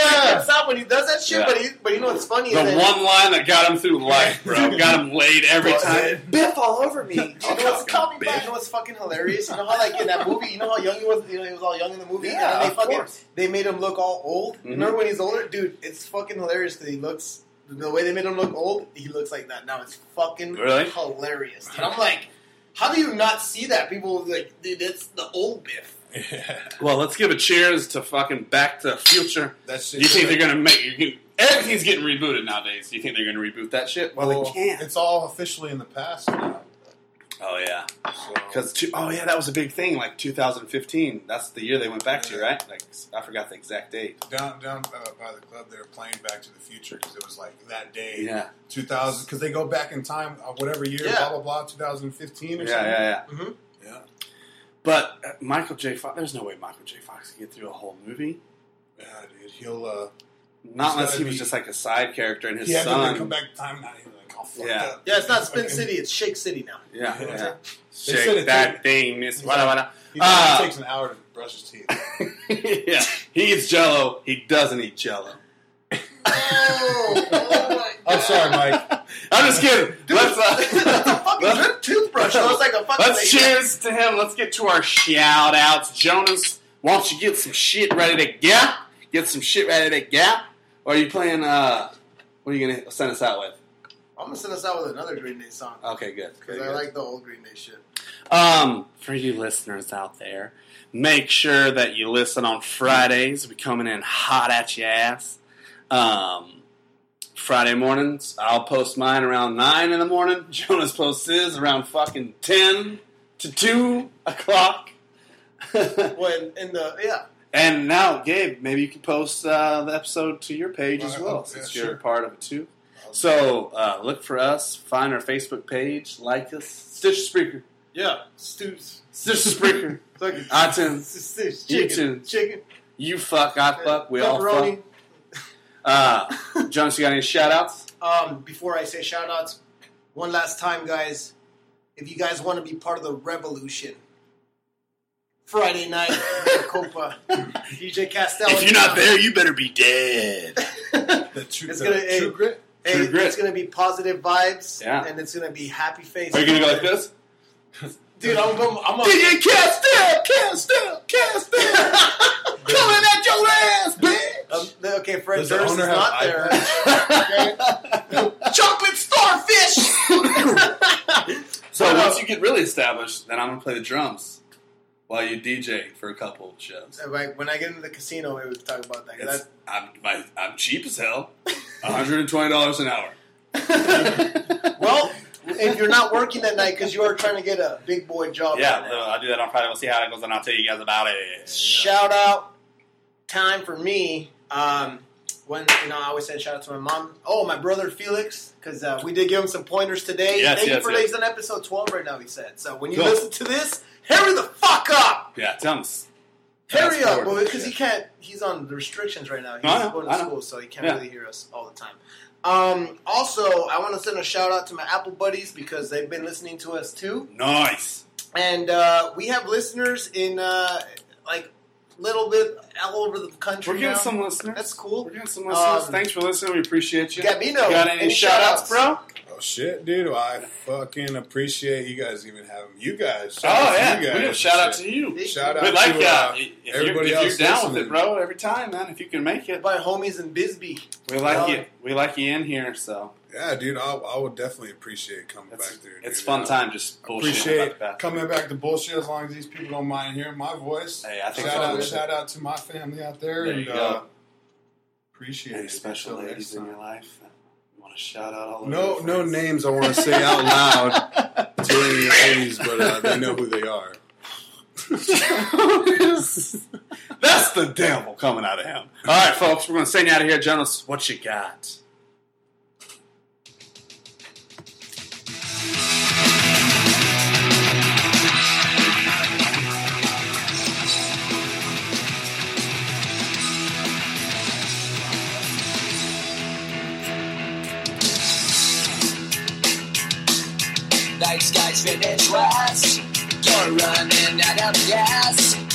Speaker 2: he flips out when he does that shit.
Speaker 3: Yeah.
Speaker 2: But he, but you know what's funny
Speaker 3: The
Speaker 2: is
Speaker 3: one
Speaker 2: that
Speaker 3: line that got him through life, bro. Got him laid every
Speaker 5: Well,
Speaker 3: time.
Speaker 2: Biff all over me. You know what's,
Speaker 3: Fucking
Speaker 2: you know what's fucking hilarious? You know how like in that movie, you know how young he was. You know he was all young in the movie. and they fucking, They made him look all old.
Speaker 3: Mm-hmm.
Speaker 2: Remember when he's older, dude? It's fucking hilarious because he looks the way they made him look old. He looks like that now. It's fucking
Speaker 3: Really?
Speaker 2: hilarious. dude. I'm like, how do you not see that? People are like, dude, that's the old Biff.
Speaker 3: Well, let's give a cheers to fucking Back to the Future.
Speaker 5: That shit.
Speaker 3: You think they're gonna make? You can, everything's getting rebooted nowadays. You think they're gonna reboot that shit?
Speaker 5: Well,
Speaker 10: Well, they can't.
Speaker 5: It's all officially in the past now.
Speaker 3: Oh yeah,
Speaker 5: So.
Speaker 3: because oh yeah, that was a big thing. Like 2015. That's the year they went back to, right? Like I forgot the exact date.
Speaker 5: down down uh, by the club, they were playing Back to the Future because it was like that day,
Speaker 3: Yeah,
Speaker 5: 2000, because they go back in time, uh, whatever year,
Speaker 2: Yeah.
Speaker 5: blah blah blah, 2015
Speaker 3: yeah,
Speaker 5: or
Speaker 3: yeah,
Speaker 5: something.
Speaker 3: yeah.
Speaker 5: Yeah.
Speaker 3: But uh, Michael J. Fox. There's no way Michael J. Fox can get through a whole movie.
Speaker 5: Yeah, dude, he'll uh,
Speaker 3: Not
Speaker 5: He's
Speaker 3: unless
Speaker 5: gotta
Speaker 3: he was
Speaker 5: be-
Speaker 3: just like a side character and his
Speaker 5: he had to come
Speaker 3: son.
Speaker 5: back in time now. He's like, oh fuck
Speaker 3: Yeah.
Speaker 5: up.
Speaker 2: Yeah, it's not Spin
Speaker 5: Okay.
Speaker 2: City. It's Shake City now.
Speaker 3: Yeah,
Speaker 5: Yeah.
Speaker 3: yeah.
Speaker 5: They said
Speaker 3: Shake
Speaker 5: it
Speaker 3: that thing, Miss.
Speaker 5: He's
Speaker 3: Wada
Speaker 5: like-
Speaker 3: wada.
Speaker 5: He
Speaker 3: Ah.
Speaker 5: takes an hour to brush his teeth.
Speaker 3: yeah, he eats Jello. He doesn't eat Jello.
Speaker 2: Oh, oh my
Speaker 5: I'm sorry, Mike.
Speaker 3: I'm just kidding. let's
Speaker 2: That's a
Speaker 3: uh,
Speaker 2: fucking
Speaker 3: Let's-
Speaker 2: drip toothbrush. It looks like a fucking.
Speaker 3: let's cheers to him. Let's get to our shout outs. Jonas, why don't you get some shit ready to gap? Get some shit ready to gap? Or are you playing? uh What are you gonna send us out with?
Speaker 2: I'm gonna send us out with another Green Day song
Speaker 3: Oh, Okay, good.
Speaker 2: because
Speaker 3: Very
Speaker 2: I
Speaker 3: good.
Speaker 2: like the old Green Day shit.
Speaker 3: Um, for you listeners out there, make sure that you listen on Fridays. We're coming in hot at your ass. Um, Friday mornings, I'll post mine around 9 in the morning. Jonas posts his around fucking 10 to 2 o'clock.
Speaker 2: When in the yeah,
Speaker 3: and now, Gabe, maybe you can post uh, the episode to your page as
Speaker 5: Well,
Speaker 3: well,
Speaker 5: oh, yeah,
Speaker 3: since
Speaker 5: sure.
Speaker 3: you're a part of it too. So uh, look for us, find our Facebook page, like us, Stitch Speaker,
Speaker 2: yeah, stoops. Ah,
Speaker 3: Stitch Speaker.
Speaker 2: Fucking
Speaker 3: iTunes.
Speaker 2: Chicken.
Speaker 3: too.
Speaker 2: Chicken.
Speaker 3: You fuck, I fuck, we all fuck.
Speaker 2: pepperoni.
Speaker 3: Uh, Jones, you got any shout outs?
Speaker 2: Um, before I say shout outs, one last time, guys. If you guys want to be part of the revolution, Friday night, Copa, DJ Castell.
Speaker 3: you better be dead.
Speaker 5: The true,
Speaker 2: It's
Speaker 5: the
Speaker 2: gonna- hey.
Speaker 5: true grit.
Speaker 2: hey,
Speaker 3: True Grit.
Speaker 2: it's going to be positive vibes,
Speaker 3: Yeah.
Speaker 2: and it's going to be happy faces.
Speaker 3: Are you gonna go like this?
Speaker 2: Dude, I'm going. I'm going.
Speaker 3: DJ Castell, Castell, Castell, coming at your ass,
Speaker 2: Um,
Speaker 3: bitch.
Speaker 2: okay, Fred
Speaker 5: Does the
Speaker 2: Durst is
Speaker 5: owner have
Speaker 2: not there. Chocolate starfish.
Speaker 3: so once you get really established, then I'm gonna play the drums while you DJ for a couple of shows.
Speaker 2: Uh, Like when I get into the casino, maybe we can talk about that. 'cause
Speaker 3: It's, I'm, my, I'm cheap as hell, $120 an hour.
Speaker 2: that's- well, if you're not working that night because you are trying to get a big boy job,
Speaker 3: Yeah,
Speaker 2: right now.
Speaker 3: I'll do that on Friday. We'll see how it goes, and I'll tell you guys about it.
Speaker 2: shout out time for me. Um, when you know, I always say shout out to my mom. Oh, my brother Felix, because uh, we did give him some pointers today.
Speaker 3: Yes,
Speaker 2: Thank
Speaker 3: yes,
Speaker 2: you for
Speaker 3: yes.
Speaker 2: he's on episode twelve right now. He said so. When you
Speaker 3: Cool.
Speaker 2: listen to this, hurry the fuck up,
Speaker 3: Yeah, tell 'em.
Speaker 2: hurry
Speaker 3: Fast
Speaker 2: up,
Speaker 3: forward.
Speaker 2: because he can't. He's on the restrictions right now. He's
Speaker 3: I know,
Speaker 2: going
Speaker 3: I
Speaker 2: to
Speaker 3: know.
Speaker 2: school, so he can't
Speaker 3: Yeah.
Speaker 2: really hear us all the time. Um, also, I want to send a shout out to my Apple buddies because they've been listening to us too.
Speaker 3: Nice.
Speaker 2: and uh, we have listeners in uh, like little bit all over the country.
Speaker 3: We're getting
Speaker 2: now.
Speaker 3: some listeners.
Speaker 2: That's cool.
Speaker 3: We're getting some listeners.
Speaker 2: Um,
Speaker 3: Thanks for listening. We appreciate you.
Speaker 2: Gabino,
Speaker 3: You got any,
Speaker 2: any
Speaker 3: shout outs,
Speaker 2: shout-outs?
Speaker 3: bro?
Speaker 5: Oh shit, dude! I fucking appreciate you guys even having you guys. Shout out
Speaker 3: Oh,
Speaker 5: to
Speaker 3: yeah.
Speaker 5: you
Speaker 3: We
Speaker 5: guys.
Speaker 3: have shout out to you.
Speaker 2: They-
Speaker 5: Shout out
Speaker 3: We like
Speaker 5: to
Speaker 3: that.
Speaker 5: uh,
Speaker 3: if you're,
Speaker 5: everybody
Speaker 3: if you're
Speaker 5: else
Speaker 3: down with
Speaker 5: listening.
Speaker 3: it, bro, every time, man, if you can make it.
Speaker 2: by homies in Bisbee.
Speaker 3: We like
Speaker 2: Well-
Speaker 3: you. We like you in here, so
Speaker 5: Yeah, dude, I, I would definitely appreciate coming
Speaker 3: it's,
Speaker 5: back there.
Speaker 3: it's
Speaker 5: dude.
Speaker 3: fun
Speaker 5: Yeah.
Speaker 3: time just bullshitting
Speaker 5: Appreciate
Speaker 3: about that.
Speaker 5: coming back to bullshit as long as these people don't mind hearing my voice.
Speaker 3: Hey, I think
Speaker 5: shout
Speaker 3: so.
Speaker 5: out, shout out to my family out there,
Speaker 3: There
Speaker 5: and
Speaker 3: you
Speaker 5: Uh,
Speaker 3: go.
Speaker 5: appreciate
Speaker 3: Any
Speaker 5: it.
Speaker 3: special
Speaker 5: Until
Speaker 3: ladies
Speaker 5: next
Speaker 3: in your
Speaker 5: time.
Speaker 3: life? that You want to shout out all over
Speaker 5: No,
Speaker 3: your
Speaker 5: no
Speaker 3: friends?
Speaker 5: names I want to say out loud to any ladies, but uh, they know who they are.
Speaker 3: That's the devil coming out of him. All right, folks, we're going to send you out of here. Jonas, what you got?
Speaker 11: Night sky's finished last. You're running out of gas.